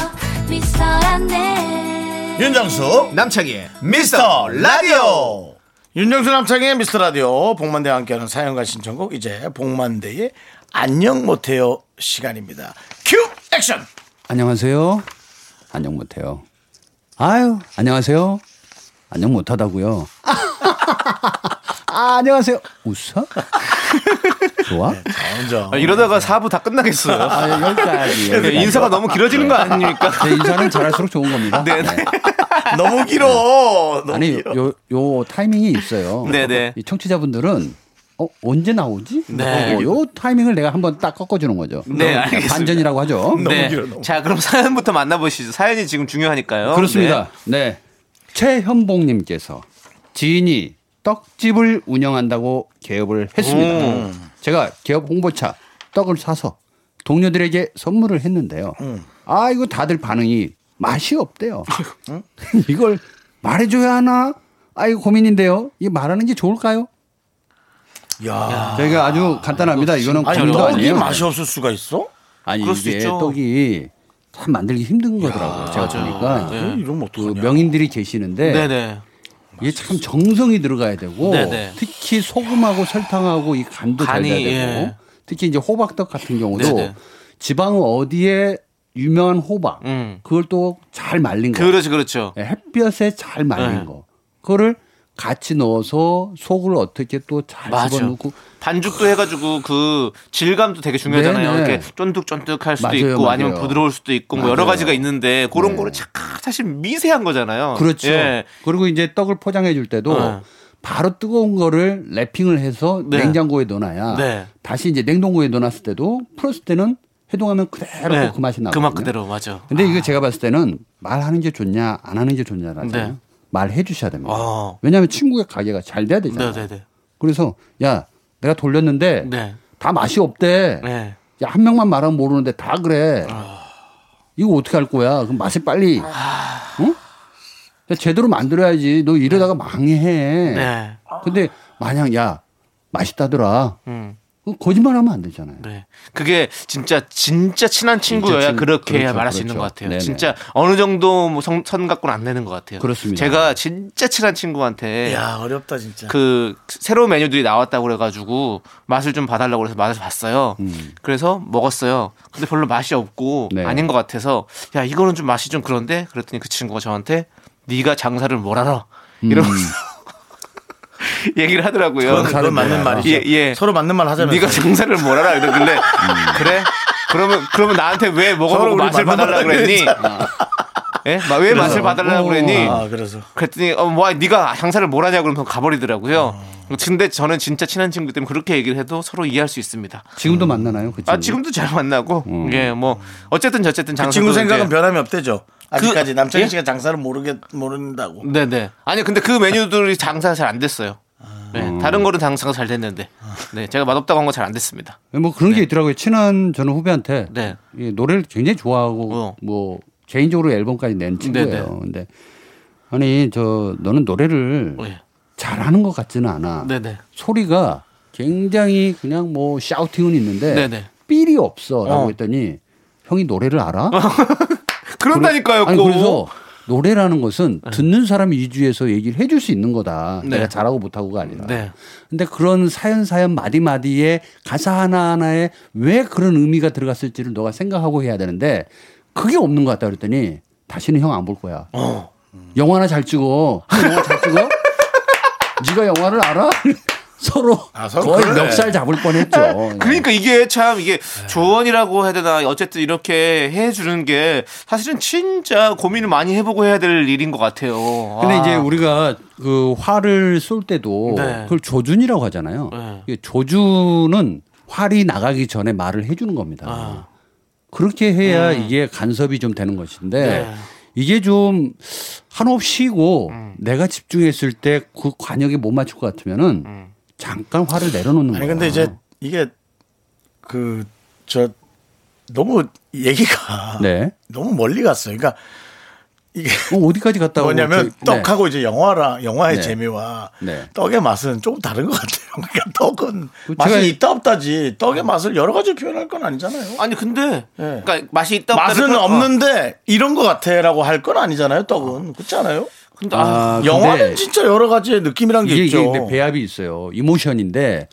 Speaker 4: 미스터란데
Speaker 1: 예. 윤정수 남창희 미스터 라디오 윤정수 남창희 미스터 라디오 복만대와 함께하는 사연과 신청곡 이제 복만대의 안녕 못해요 시간입니다 큐 액션
Speaker 8: 안녕하세요. 안녕 못해요. 아유 안녕하세요. 안녕 못하다고요. 아, 안녕하세요. 웃어? 좋아?
Speaker 1: 먼저
Speaker 2: 아, 이러다가 4부 다 끝나겠어요.
Speaker 8: 아 여기까지.
Speaker 2: 네, 예, 인사가 너무 길어지는 거 아닙니까?
Speaker 8: 네, 인사는 잘할수록 좋은 겁니다.
Speaker 2: 네, 네.
Speaker 1: 너무 길어 너무
Speaker 8: 아니
Speaker 1: 길어.
Speaker 8: 요, 요 타이밍이 있어요.
Speaker 2: 네네.
Speaker 8: 이 청취자분들은 어 언제 나오지?
Speaker 2: 네.
Speaker 8: 어, 요 타이밍을 내가 한번 딱 꺾어주는 거죠.
Speaker 2: 네, 알겠습니다.
Speaker 8: 반전이라고 하죠.
Speaker 2: 네.
Speaker 1: 길어, 너무.
Speaker 2: 자, 그럼 사연부터 만나보시죠. 사연이 지금
Speaker 1: 어,
Speaker 2: 중요하니까요.
Speaker 8: 그렇습니다. 네. 최현봉님께서 지인이 떡집을 운영한다고 개업을 했습니다.
Speaker 1: 음.
Speaker 8: 제가 개업 홍보차 떡을 사서 동료들에게 선물을 했는데요.
Speaker 1: 음.
Speaker 8: 아 이거 다들 반응이 맛이 없대요. 이걸 말해줘야 하나? 아 이거 고민인데요. 이 말하는 게 좋을까요?
Speaker 2: 아,
Speaker 1: 야
Speaker 8: 저희가 아주 간단합니다. 이거는
Speaker 1: 아니
Speaker 8: 고민도
Speaker 1: 떡이
Speaker 8: 아니에요.
Speaker 1: 맛이 없을 수가 있어
Speaker 8: 아니
Speaker 2: 그럴 수
Speaker 8: 이게
Speaker 2: 있죠.
Speaker 8: 떡이 참 만들기 힘든 거더라고요. 제가 보니까
Speaker 1: 네. 이러면
Speaker 8: 그
Speaker 1: 어떡하냐
Speaker 8: 명인들이 계시는데
Speaker 2: 네, 네.
Speaker 8: 이게 참 정성이 들어가야 되고
Speaker 2: 네네.
Speaker 8: 특히 소금하고 설탕하고 이 간도 잘
Speaker 2: 간이,
Speaker 8: 돼야 되고
Speaker 2: 예.
Speaker 8: 특히 이제 호박떡 같은 경우도
Speaker 2: 네네.
Speaker 8: 지방 어디에 유명한 호박
Speaker 2: 음.
Speaker 8: 그걸 또 잘 말린 거
Speaker 2: 그렇죠, 그렇죠.
Speaker 8: 예, 햇볕에 잘 말린
Speaker 2: 네.
Speaker 8: 거 그거를 같이 넣어서 속을 어떻게 또 잘
Speaker 2: 맞아.
Speaker 8: 집어넣고
Speaker 2: 반죽도 해가지고 그 질감도 되게 중요하잖아요.
Speaker 8: 네, 네.
Speaker 2: 이렇게 쫀득쫀득할 수도
Speaker 8: 맞아요,
Speaker 2: 있고 아니면
Speaker 8: 맞아요.
Speaker 2: 부드러울 수도 있고 뭐 여러
Speaker 8: 맞아요. 네.
Speaker 2: 가지가 있는데 그런 거를 착각 사실 미세한 거잖아요.
Speaker 8: 그렇죠.
Speaker 2: 예.
Speaker 8: 그리고 이제 떡을 포장해 줄 때도
Speaker 2: 네.
Speaker 8: 바로 뜨거운 거를 랩핑을 해서
Speaker 2: 네.
Speaker 8: 냉장고에 넣어놔야
Speaker 2: 네.
Speaker 8: 다시 이제 냉동고에 넣어놨을 때도 풀었을 때는 해동하면 그대로
Speaker 2: 네,
Speaker 8: 그 맛이 나거든요.
Speaker 2: 그맛 그대로 맞아.
Speaker 8: 근데 이거 제가 봤을 때는 말하는 게 좋냐 안 하는 게 좋냐라잖아요.
Speaker 2: 네.
Speaker 8: 말해 주셔야 됩니다.
Speaker 2: 어.
Speaker 8: 왜냐하면 친구의 가게가 잘 돼야 되잖아요.
Speaker 2: 네네네.
Speaker 8: 그래서 야 내가 돌렸는데
Speaker 2: 네.
Speaker 8: 다 맛이 없대.
Speaker 2: 네.
Speaker 8: 야 한 명만 말하면 모르는데 다 그래.
Speaker 2: 아.
Speaker 8: 이거 어떻게 할 거야? 그럼 맛이 빨리.
Speaker 2: 아.
Speaker 8: 응? 야, 제대로 만들어야지. 너 이러다가 망해.
Speaker 2: 네.
Speaker 8: 근데 마냥 야 맛있다더라.
Speaker 2: 음.
Speaker 8: 그거 거짓말하면 안 되잖아요.
Speaker 2: 네. 그게 진짜 진짜 친한 친구여야
Speaker 8: 친-
Speaker 2: 그렇게 해야
Speaker 8: 그렇죠,
Speaker 2: 말할 수 있는
Speaker 8: 그렇죠.
Speaker 2: 것 같아요.
Speaker 8: 네네.
Speaker 2: 진짜 어느 정도 뭐 선, 선 갖고는 안 되는 것 같아요.
Speaker 8: 그렇습니다.
Speaker 2: 제가 진짜 친한 친구한테
Speaker 1: 야 어렵다 진짜.
Speaker 2: 예. 그 새로운 메뉴들이 나왔다고 그래가지고 맛을 좀 봐달라고 그래서 맛을 봤어요. 그래서 먹었어요. 근데 별로 맛이 없고
Speaker 8: 네.
Speaker 2: 아닌 것 같아서 야 이거는 좀 맛이 좀 그런데 그랬더니 그 친구가 저한테 네가 장사를 뭘 알아 이러면서 얘기를 하더라고요.
Speaker 1: 그건, 그건 맞는 말이죠.
Speaker 2: 예, 예.
Speaker 1: 서로 맞는 말 하자면서.
Speaker 2: 네가 장사를 뭘 알아 이러길래 그래? 그러면 그러면 나한테 왜
Speaker 1: 서로
Speaker 2: 먹어보고
Speaker 1: 우리
Speaker 2: 맛을
Speaker 1: 맛만
Speaker 2: 봐달라
Speaker 1: 봐라
Speaker 2: 그랬니? 예? 마- 왜 맛을 봐달라 그랬니?
Speaker 1: 아 그래서
Speaker 2: 그랬더니 어뭐 네가 장사를 뭘 하냐 그러면 가버리더라고요. 근데 저는 진짜 친한 친구 때문에 그렇게 얘기를 해도 서로 이해할 수 있습니다.
Speaker 8: 지금도 만나나요? 그
Speaker 2: 아
Speaker 8: 친구?
Speaker 2: 지금도 잘 만나고 예 뭐 어쨌든 저쨌든 장사
Speaker 1: 그 친구 생각은 변함이 없대죠. 아직까지
Speaker 2: 그-
Speaker 1: 남창희
Speaker 2: 예?
Speaker 1: 씨가 장사를 모르게
Speaker 8: 음.
Speaker 1: 모른다고.
Speaker 2: 네네 아니 근데 그 메뉴들이 장사가 잘 안 됐어요. 네, 다른 거는 장사가 잘 됐는데 네 제가 맛없다고 한 거 잘 안 됐습니다.
Speaker 8: 뭐 그런 게 있더라고요. 친한 저는 후배한테
Speaker 2: 네.
Speaker 8: 이 노래를 굉장히 좋아하고
Speaker 2: 어.
Speaker 8: 뭐 개인적으로 앨범까지 낸 친구예요.
Speaker 2: 네네.
Speaker 8: 근데 아니 저 너는 노래를
Speaker 2: 예.
Speaker 8: 잘하는 것 같지는 않아.
Speaker 2: 네네
Speaker 8: 소리가 굉장히 그냥 뭐 샤우팅은 있는데
Speaker 2: 네네.
Speaker 8: 삘이 없어라고
Speaker 2: 어.
Speaker 8: 했더니 형이 노래를 알아?
Speaker 2: 그런다니까요.
Speaker 8: 아니
Speaker 2: 꼭.
Speaker 8: 그래서 노래라는 것은 듣는 사람 위주에서 얘기를 해줄 수 있는 거다.
Speaker 2: 네.
Speaker 8: 내가 잘하고 못하고가 아니라.
Speaker 2: 네.
Speaker 8: 근데 그런 사연 사연 마디 마디에 가사 하나 하나에 왜 그런 의미가 들어갔을지를 너가 생각하고 해야 되는데 그게 없는 것 같다 그랬더니 다시는 형 안 볼 거야.
Speaker 2: 어.
Speaker 8: 영화 하나 잘 찍어. 형 영화 잘 찍어. 네가 영화를 알아? 서로
Speaker 1: 아, 서로
Speaker 8: 거의
Speaker 1: 그러네.
Speaker 8: 멱살 잡을 뻔했죠.
Speaker 2: 그러니까 이게 참 이게
Speaker 8: 네.
Speaker 2: 조언이라고 해야 되나 어쨌든 이렇게 해주는 게 사실은 진짜 고민을 많이 해보고 해야 될 일인 것 같아요.
Speaker 8: 근데
Speaker 2: 아.
Speaker 8: 이제 우리가 그 화를 쏠 때도
Speaker 2: 네.
Speaker 8: 그걸 조준이라고 하잖아요.
Speaker 2: 네.
Speaker 8: 이게 조준은 활이 나가기 전에 말을 해주는 겁니다.
Speaker 2: 아.
Speaker 8: 그렇게 해야
Speaker 1: 음.
Speaker 8: 이게 간섭이 좀 되는 것인데
Speaker 2: 네.
Speaker 8: 이게 좀 한없 쉬고
Speaker 1: 음.
Speaker 8: 내가 집중했을 때 그 관역에 못 맞출 것 같으면은 잠깐 화를 내려놓는
Speaker 1: 음. 아니
Speaker 8: 거예요.
Speaker 1: 근데 이제 이게 그 저 너무 얘기가
Speaker 8: 네.
Speaker 1: 너무 멀리 갔어요. 그러니까 이게
Speaker 8: 어, 어디까지 갔다 오고
Speaker 1: 뭐냐면
Speaker 8: 저기- 네.
Speaker 1: 떡하고 이제 영화랑 영화의
Speaker 8: 네.
Speaker 1: 재미와
Speaker 8: 네.
Speaker 1: 떡의 맛은 조금 다른 것 같아요. 그러니까 떡은
Speaker 8: 그 제가
Speaker 1: 맛이
Speaker 8: 이- 어.
Speaker 1: 있다 없다지 떡의 맛을 여러 가지 표현할 건 아니잖아요.
Speaker 2: 아니 근데
Speaker 8: 네.
Speaker 1: 예.
Speaker 2: 그러니까 맛이 있다
Speaker 1: 맛은
Speaker 2: 없다를 펴-
Speaker 1: 없는데 이런 것 같아라고 할 건 아니잖아요. 떡은 그렇지 않아요?
Speaker 2: 아, 근데 아,
Speaker 8: 아,
Speaker 1: 영화는
Speaker 8: 근데
Speaker 1: 진짜 여러 가지의 느낌이란 게
Speaker 8: 이게, 이게
Speaker 1: 있죠.
Speaker 8: 근데 배합이 있어요. 이모션인데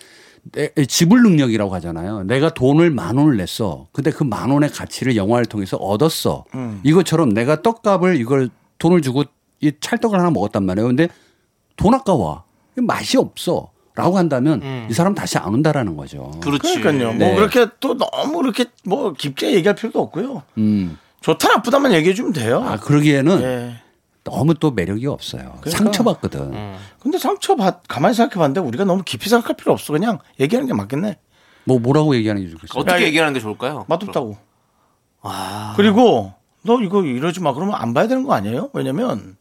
Speaker 8: 내, 지불 능력이라고 하잖아요. 내가 돈을 만 원을 냈어. 근데 그 만 원의 가치를 영화를 통해서 얻었어.
Speaker 1: 음.
Speaker 8: 이것처럼 내가 떡값을 이걸 돈을 주고 이 찰떡을 하나 먹었단 말이에요. 근데 돈 아까워. 맛이 없어. 라고 한다면 이 사람 다시 안 온다라는 거죠.
Speaker 2: 그렇지.
Speaker 1: 음. 그러니까요.
Speaker 8: 네.
Speaker 1: 뭐 그렇게 또 너무 그렇게 뭐 깊게 얘기할 필요도 없고요.
Speaker 8: 음.
Speaker 1: 좋다 나쁘다만 얘기해 주면 돼요.
Speaker 8: 아, 그러기에는
Speaker 1: 예.
Speaker 8: 너무 또 매력이 없어요.
Speaker 1: 그러니까.
Speaker 8: 상처받거든.
Speaker 1: 음. 근데 상처 받 가만히 생각해 봤는데 우리가 너무 깊이 생각할 필요 없어. 그냥 얘기하는 게 맞겠네.
Speaker 8: 뭐 뭐라고 얘기하는 게 좋겠어요.
Speaker 2: 어떻게 얘기하는 게 좋을까요?
Speaker 1: 맛없다고.
Speaker 2: 아.
Speaker 1: 그리고 너 이거 이러지 마. 그러면 안 봐야 되는 거 아니에요? 왜냐면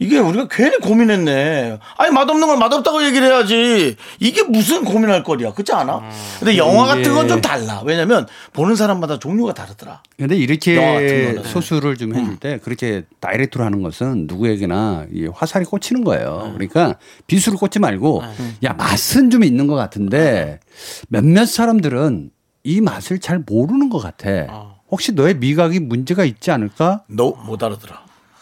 Speaker 1: 이게 우리가 괜히 고민했네. 아니 맛없는 걸 맛없다고 얘기를 해야지. 이게 무슨 고민할 거리야. 그렇지 않아? 근데 영화 같은 건 좀 달라. 왜냐면 보는 사람마다 종류가 다르더라.
Speaker 8: 근데
Speaker 1: 영화 같은 거는.
Speaker 2: 네.
Speaker 8: 이렇게 소수를 좀 해줄 때 그렇게 다이렉트로 하는 것은 누구에게나 이 화살이 꽂히는
Speaker 2: 네.
Speaker 8: 거예요. 그러니까 비수를 꽂지 말고
Speaker 2: 음.
Speaker 8: 야 맛은 좀 있는 것
Speaker 2: 네.
Speaker 8: 같은데 몇몇 사람들은 이 맛을 잘 모르는 것 같아. 혹시 너의 미각이 문제가 있지 않을까?
Speaker 1: 너 못 알아들어.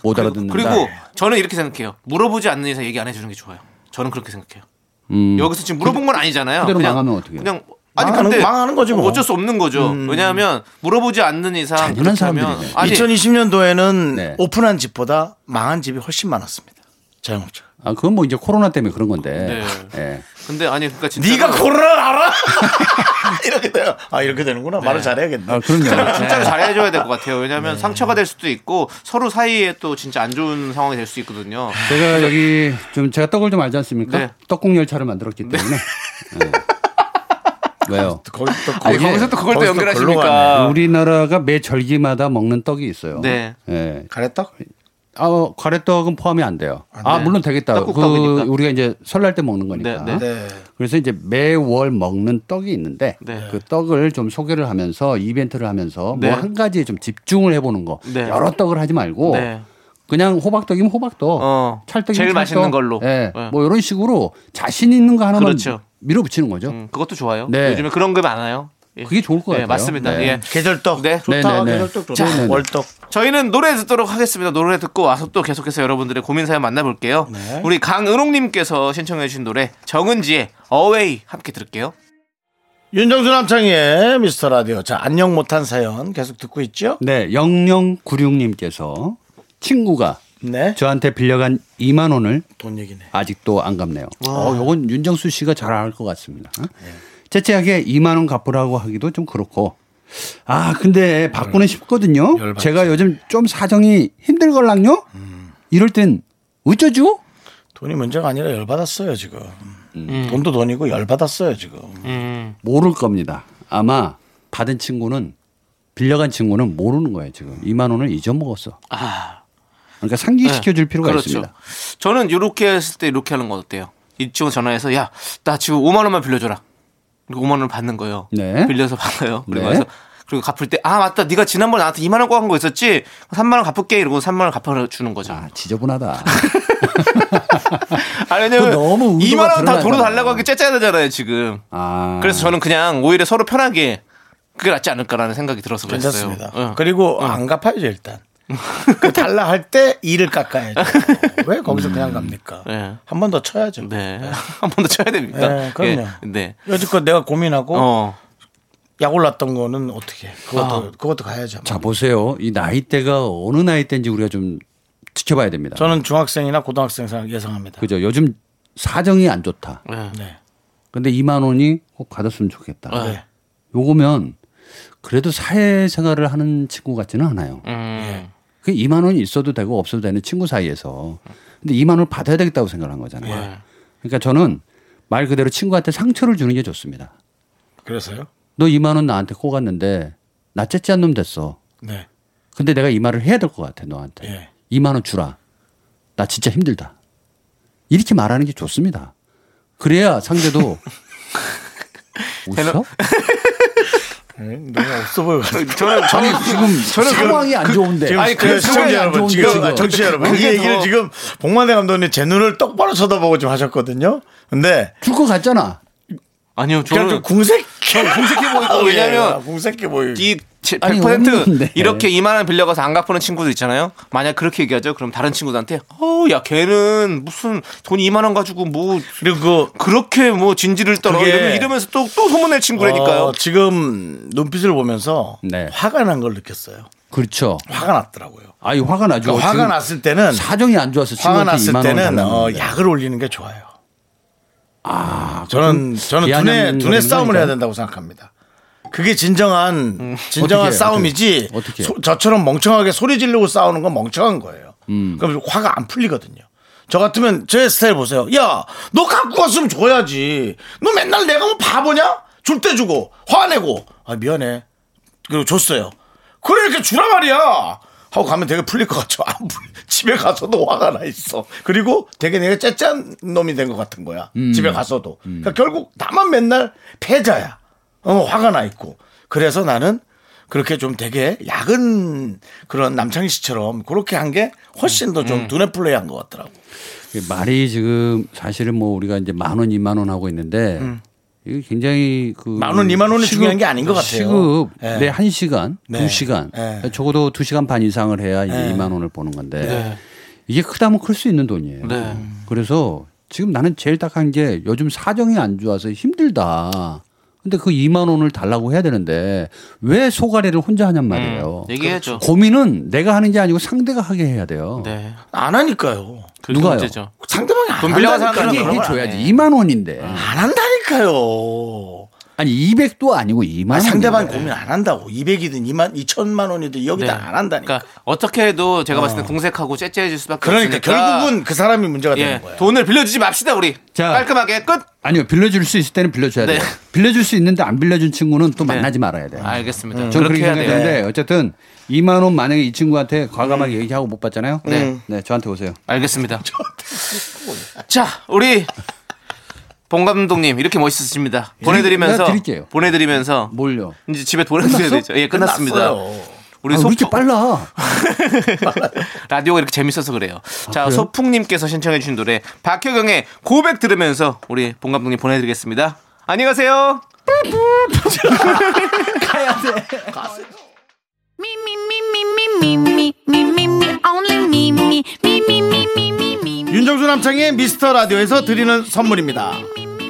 Speaker 8: 못 알아듣는다.
Speaker 2: 그리고 저는 이렇게 생각해요. 물어보지 않는 이상 얘기 안 해주는 게 좋아요. 저는 그렇게 생각해요.
Speaker 8: 음.
Speaker 2: 여기서 지금 물어본 건 아니잖아요.
Speaker 8: 그대로 망하면 어떡해요?
Speaker 2: 그냥 아니
Speaker 1: 망하는-
Speaker 2: 근데
Speaker 1: 망하는 거지 뭐.
Speaker 2: 어쩔 수 없는 거죠. 왜냐하면 물어보지 않는 이상
Speaker 8: 음. 잔인한
Speaker 2: 그렇게 하면-
Speaker 8: 사람들이네.
Speaker 2: 아니
Speaker 1: 2020년도에는
Speaker 8: 네.
Speaker 1: 오픈한 집보다 망한 집이 훨씬 많았습니다. 자영업자.
Speaker 8: 아 그건 뭐 이제 코로나 때문에 그런 건데.
Speaker 2: 네.
Speaker 8: 예.
Speaker 2: 근데 아니 그러니까 진짜
Speaker 1: 네가 코로나를 알아? 이렇게 돼요. 아 이렇게 되는구나. 말을 잘해야겠네.
Speaker 8: 아 그럼요.
Speaker 2: 진짜로 잘해줘야 될 것 같아요. 왜냐하면 상처가 될 수도 있고 서로 사이에 또 진짜 안 좋은 상황이 될 수 있거든요.
Speaker 8: 제가 여기 좀 제가 떡을 좀 알지 않습니까?
Speaker 2: 네.
Speaker 8: 떡국 열차를 만들었기 때문에 예.
Speaker 10: 왜요?
Speaker 1: 거기 또
Speaker 2: 아니,
Speaker 1: 거기에-
Speaker 2: 거기서 또 그걸 또
Speaker 1: 예. 거기서 걸로
Speaker 2: 연결하십니까?
Speaker 1: 가네.
Speaker 8: 우리나라가 매 절기마다 먹는 떡이 있어요.
Speaker 2: 네.
Speaker 8: 예.
Speaker 1: 가래떡?
Speaker 8: 아, 어, 가래떡은 포함이 안 돼요. 아,
Speaker 2: 네.
Speaker 8: 물론 되겠다. 그
Speaker 2: 떡국떡이니까.
Speaker 8: 우리가 이제 설날 때 먹는 거니까.
Speaker 2: 네,
Speaker 1: 네.
Speaker 8: 그래서 이제 매월 먹는 떡이 있는데
Speaker 2: 네.
Speaker 8: 그 떡을 좀 소개를 하면서 이벤트를 하면서
Speaker 2: 네.
Speaker 8: 뭐 한 가지에 좀 집중을 해보는 거.
Speaker 2: 네.
Speaker 8: 여러 떡을 하지 말고
Speaker 2: 네.
Speaker 8: 그냥 호박떡이면 호박떡,
Speaker 2: 어,
Speaker 8: 찰떡이면
Speaker 2: 제일
Speaker 8: 찰떡.
Speaker 2: 맛있는 걸로.
Speaker 8: 예.
Speaker 2: 네.
Speaker 8: 뭐 이런 식으로 자신 있는 거 하나만
Speaker 2: 그렇죠.
Speaker 8: 밀어붙이는 거죠.
Speaker 2: 음, 그것도 좋아요.
Speaker 8: 네.
Speaker 2: 요즘에 그런 게 많아요. 예.
Speaker 8: 그게 좋을 것
Speaker 2: 예,
Speaker 8: 같아요.
Speaker 2: 맞습니다.
Speaker 8: 네.
Speaker 2: 예.
Speaker 1: 계절떡.
Speaker 2: 네.
Speaker 1: 좋다.
Speaker 8: 네네네.
Speaker 1: 계절떡 좋다.
Speaker 8: 자, 네네.
Speaker 1: 월떡.
Speaker 2: 저희는 노래 듣도록 하겠습니다. 노래 듣고 와서 또 계속해서 여러분들의 고민 사연 만나볼게요. 우리 강은홍님께서 신청해주신 노래 정은지의 어웨이 함께 들을게요.
Speaker 1: 윤정수 남창희의 미스터 라디오. 자, 안녕 못한 사연 계속 듣고 있죠?
Speaker 8: 네, 0096님께서 친구가
Speaker 1: 네.
Speaker 8: 저한테 빌려간 2만 원을
Speaker 1: 돈 얘기네.
Speaker 8: 아직도 안 갚네요. 어, 요건 윤정수 씨가 잘 알 것 같습니다. 어?
Speaker 2: 네.
Speaker 8: 재채하게 2만 원 갚으라고 하기도 좀 그렇고. 아, 근데 받고는 싶거든요.
Speaker 1: 열받지.
Speaker 8: 제가 요즘 좀 사정이 힘들 걸랑요?
Speaker 2: 음.
Speaker 8: 이럴 땐 어쩌죠?
Speaker 1: 돈이 문제가 아니라 열받았어요, 지금. 돈도 돈이고 열받았어요, 지금.
Speaker 8: 모를 겁니다. 아마 받은 친구는 빌려간 친구는 모르는 거예요, 지금. 2만 원을 잊어먹었어.
Speaker 2: 아.
Speaker 8: 그러니까 상기시켜 줄 필요가
Speaker 2: 그렇죠.
Speaker 8: 있습니다.
Speaker 2: 저는 이렇게 했을 때 이렇게 하는 건 어때요? 이 친구 전화해서 야 나 지금 5만 원만 빌려줘라. 그리고 5만 원을 받는 거예요.
Speaker 8: 네.
Speaker 2: 빌려서 받아요. 그리고
Speaker 8: 네.
Speaker 2: 와서 그리고 갚을 때 아 맞다 네가 지난번에 나한테 2만 원 꽂은 거 있었지? 3만 원 갚을게 이러고 3만 원 갚아주는 거죠.
Speaker 8: 아, 지저분하다.
Speaker 2: 아 왜냐면
Speaker 8: 또 너무 의도가
Speaker 2: 2만 원 다 도로
Speaker 8: 드러나잖아요.
Speaker 2: 달라고 하기 째째하잖아요 지금.
Speaker 8: 아.
Speaker 2: 그래서 저는 그냥 오히려 서로 편하게 그게 낫지 않을까라는 생각이 들어서 그랬어요. 예.
Speaker 1: 괜찮습니다.
Speaker 2: 응.
Speaker 1: 그리고 안 갚아야죠, 일단. 그 달라 할 때 이를 깎아야죠. 왜 거기서 그냥 갑니까?
Speaker 2: 네.
Speaker 1: 한 번 더 쳐야죠.
Speaker 2: 네. 한 번 더 쳐야 됩니까?
Speaker 1: 네, 그럼요.
Speaker 2: 예, 네.
Speaker 1: 여지껏 내가 고민하고
Speaker 2: 어.
Speaker 1: 약 올랐던 거는 어떻게? 그것도 그것도 가야죠.
Speaker 8: 자 보세요. 이 나이대가 어느 나이대인지 우리가 좀 지켜봐야 됩니다.
Speaker 1: 저는 중학생이나 고등학생 상- 예상합니다.
Speaker 8: 그죠. 요즘 사정이 안 좋다.
Speaker 2: 네.
Speaker 1: 네.
Speaker 8: 근데 2만 원이 꼭 받았으면 좋겠다.
Speaker 2: 아,
Speaker 1: 네.
Speaker 8: 요거면 그래도 사회생활을 하는 친구 같지는 않아요.
Speaker 2: 음.
Speaker 8: 그 2만 원이 있어도 되고 없어도 되는 친구 사이에서 근데 2만 원을 받아야 되겠다고 생각한 거잖아요.
Speaker 2: 예.
Speaker 8: 그러니까 저는 말 그대로 친구한테 상처를 주는 게 좋습니다.
Speaker 1: 그래서요?
Speaker 8: 너 2만 원 나한테 꼬갔는데 나 째째한 놈 됐어.
Speaker 1: 네.
Speaker 8: 근데 내가 이 말을 해야 될 것 같아 너한테.
Speaker 1: 예.
Speaker 8: 2만 원 주라. 나 진짜 힘들다. 이렇게 말하는 게 좋습니다. 그래야 상대도 웃어?
Speaker 1: 너무 없어 보여.
Speaker 2: 저는 저는
Speaker 8: 지금 저는 상황이 안 좋은데.
Speaker 1: 지금
Speaker 2: 아니,
Speaker 1: 그
Speaker 2: 그
Speaker 1: 시청자
Speaker 8: 상황이 안
Speaker 1: 여러분,
Speaker 8: 좋은데
Speaker 1: 지금
Speaker 8: 지금.
Speaker 1: 아, 청취자 여러분, 이
Speaker 2: 그게
Speaker 1: 얘기를
Speaker 2: 더-
Speaker 1: 지금 복만대 감독님 제 눈을 똑바로 쳐다보고 좀 하셨거든요. 근데
Speaker 8: 줄 것 같잖아.
Speaker 2: 아니요.
Speaker 1: 그냥 좀
Speaker 2: 저는
Speaker 1: 궁색 예,
Speaker 2: 궁색해 보이고 왜냐면
Speaker 1: 궁색해 보이.
Speaker 2: 이
Speaker 8: 아니,
Speaker 2: 100%
Speaker 8: 없는데.
Speaker 2: 이렇게 2만 원 빌려가서 안 갚는 친구들 있잖아요. 만약 그렇게 얘기하죠. 그럼 다른 친구들한테 어, 야 걔는 무슨 돈 2만 원 가지고 뭐
Speaker 1: 그리고
Speaker 2: 그렇게 뭐 진지를 떨어
Speaker 1: 그게-
Speaker 2: 이러면- 이러면서 또 또 소문낼 친구라니까요.
Speaker 1: 어, 지금 눈빛을 보면서
Speaker 8: 네.
Speaker 1: 화가 난 걸 느꼈어요.
Speaker 8: 그렇죠.
Speaker 1: 화가 났더라고요.
Speaker 8: 아이 화가 나죠.
Speaker 1: 그러니까 화가
Speaker 8: 지금
Speaker 1: 났을 때는
Speaker 8: 사정이 안 좋아서
Speaker 1: 화가
Speaker 8: 친구한테
Speaker 1: 났을
Speaker 8: 2만
Speaker 1: 때는 어,
Speaker 8: 원
Speaker 1: 약을 올리는 게 좋아요. 아, 저는 저는
Speaker 8: 비아냥거리는
Speaker 1: 두뇌 두뇌 싸움을
Speaker 8: 거니까요. 음.
Speaker 1: 해야 된다고 생각합니다. 그게 진정한 진정한
Speaker 8: 어떻게 해요?
Speaker 1: 싸움이지.
Speaker 8: 어떻게 해요?
Speaker 1: 소- 저처럼 멍청하게 소리 지르고 싸우는 건 멍청한 거예요.
Speaker 8: 음.
Speaker 1: 그럼 화가 안 풀리거든요. 저 같으면 제 스타일 보세요. 야, 너 갖고 왔으면 줘야지. 너 맨날 내가 뭐 바보냐? 줄 때 주고 화내고 아 미안해. 그리고 줬어요. 그래 이렇게 주라 말이야. 하고 가면 되게 풀릴 것 같죠. 안 풀- 집에 가서도 화가 나 있어. 그리고 되게 내가 째짠 놈이 된 것 같은 거야.
Speaker 8: 음.
Speaker 1: 집에 가서도. 그러니까 결국 나만 맨날 패자야. 어, 화가 나 있고. 그래서 나는 그렇게 좀 되게 야근 그런 남창희 씨처럼 그렇게 한 게 훨씬 더 좀 두뇌 플레이한 것 같더라고.
Speaker 8: 말이 지금 사실은 뭐 우리가 이제 만 원, 2만 원 하고 있는데 이게 굉장히 그
Speaker 1: 음. 만 원, 이만 원은 중요한 게 아닌 것 같아요.
Speaker 8: 시급
Speaker 1: 예.
Speaker 8: 내 한시간두
Speaker 1: 네.
Speaker 8: 2시간
Speaker 1: 예.
Speaker 8: 적어도 2시간 반 이상을 해야 이제
Speaker 1: 예. 네.
Speaker 8: 2만 원을 버는 건데 이게 크다면 클 수 있는 돈이에요.
Speaker 2: 네.
Speaker 8: 그래서 지금 나는 제일 딱한 게 요즘 사정이 안 좋아서 힘들다. 근데 그 2만 원을 달라고 해야 되는데 왜 소가래를 혼자 하냔 말이에요.
Speaker 2: 음,
Speaker 8: 그
Speaker 2: 얘기해줘.
Speaker 8: 고민은 내가 하는 게 아니고 상대가 하게 해야 돼요.
Speaker 2: 네.
Speaker 1: 안 하니까요.
Speaker 2: 그게
Speaker 8: 누가요?
Speaker 2: 문제죠.
Speaker 1: 상대방이 안
Speaker 2: 돈 빌려간
Speaker 1: 한다니까요.
Speaker 2: 사람들은
Speaker 8: 그게
Speaker 2: 그런
Speaker 1: 그런
Speaker 2: 걸
Speaker 1: 걸
Speaker 8: 해줘야지. 2만 원인데.
Speaker 1: 안 한다니까요.
Speaker 8: 아니 200도 아니고 2만
Speaker 1: 아니,
Speaker 8: 원.
Speaker 1: 상대방이 고민 안 한다고. 200이든 2만 2천만 원이든 여기다
Speaker 2: 네.
Speaker 1: 안 한다니까.
Speaker 2: 그러니까 어떻게 해도 제가 봤을 때 공색하고 째째해질 수밖에
Speaker 1: 그러니까,
Speaker 2: 없으니까.
Speaker 1: 결국은 그 사람이 문제가
Speaker 2: 예,
Speaker 1: 되는 거야.
Speaker 2: 돈을 빌려주지 맙시다 우리.
Speaker 8: 자.
Speaker 2: 깔끔하게 끝.
Speaker 8: 아니요 빌려줄 수 있을 때는 빌려줘야
Speaker 2: 네.
Speaker 8: 돼요. 빌려줄 수 있는데 안 빌려준 친구는 또 만나지 말아야 돼요.
Speaker 2: 알겠습니다.
Speaker 8: 저는
Speaker 2: 그렇게
Speaker 8: 음. 그렇게
Speaker 2: 해야 돼요. 네.
Speaker 8: 생각하는데 어쨌든 2만 원 만약에 이 친구한테 과감하게 얘기하고 못 받잖아요.
Speaker 2: 음. 네.
Speaker 8: 네 저한테 오세요.
Speaker 2: 알겠습니다. 자, 우리 봉 감독님 이렇게 멋있으십니다. 보내드리면서
Speaker 8: 예, 내가 드릴게요.
Speaker 2: 보내드리면서
Speaker 8: 뭘요?
Speaker 2: 이제 집에 돌아가셔야
Speaker 1: 끝났어?
Speaker 2: 되죠. 예, 끝났습니다.
Speaker 1: 끝났어요.
Speaker 2: 우리
Speaker 8: 아, 왜
Speaker 2: 소
Speaker 8: 이렇게 빨라?
Speaker 2: 라디오가 이렇게 재밌어서 그래요. 자,
Speaker 8: 아, 그래요?
Speaker 2: 소풍님께서 신청해주신 노래 박효경의 고백 들으면서 우리 봉 감독님 보내드리겠습니다. 안녕히 가세요.
Speaker 1: 윤정수 남창의 미스터 라디오에서 드리는 선물입니다.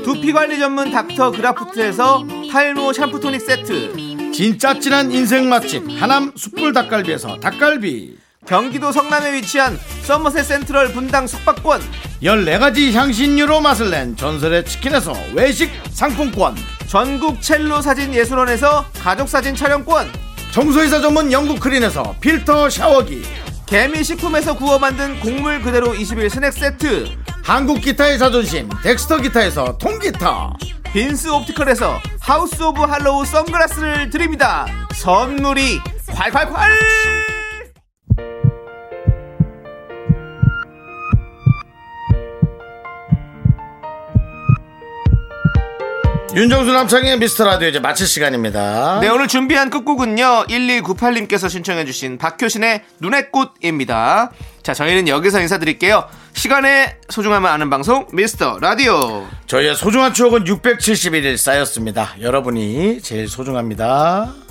Speaker 2: 두피 관리 전문 닥터 그라프트에서 탈모 샴푸 토닉 세트.
Speaker 1: 진짜 진한 인생 맛집 하남 숯불 닭갈비에서 닭갈비
Speaker 2: 경기도 성남에 위치한 서머셋 센트럴 분당 숙박권.
Speaker 1: 14가지 향신료로 맛을 낸 전설의 치킨에서 외식 상품권
Speaker 2: 전국 첼로 사진 예술원에서 가족 사진 촬영권,
Speaker 1: 청소이사 전문 영국 크린에서 필터 샤워기
Speaker 2: 개미 식품에서 구워 만든 곡물 그대로 21 스낵 세트,
Speaker 1: 한국 기타의 자존심 덱스터 기타에서 통기타
Speaker 2: 빈스 옵티컬에서 하우스 오브 할로우 선글라스를 드립니다. 선물이 콸콸콸!
Speaker 1: 윤정수 남창의 미스터 라디오 이제 마칠 시간입니다
Speaker 2: 네, 오늘 준비한 끝곡은요. 1298님께서 신청해주신 박효신의 눈의 꽃입니다. 자, 저희는 여기서 인사드릴게요. 시간의 소중함을 아는 방송, 미스터 라디오.
Speaker 1: 저희의 소중한 추억은 671일 쌓였습니다 여러분이 제일 소중합니다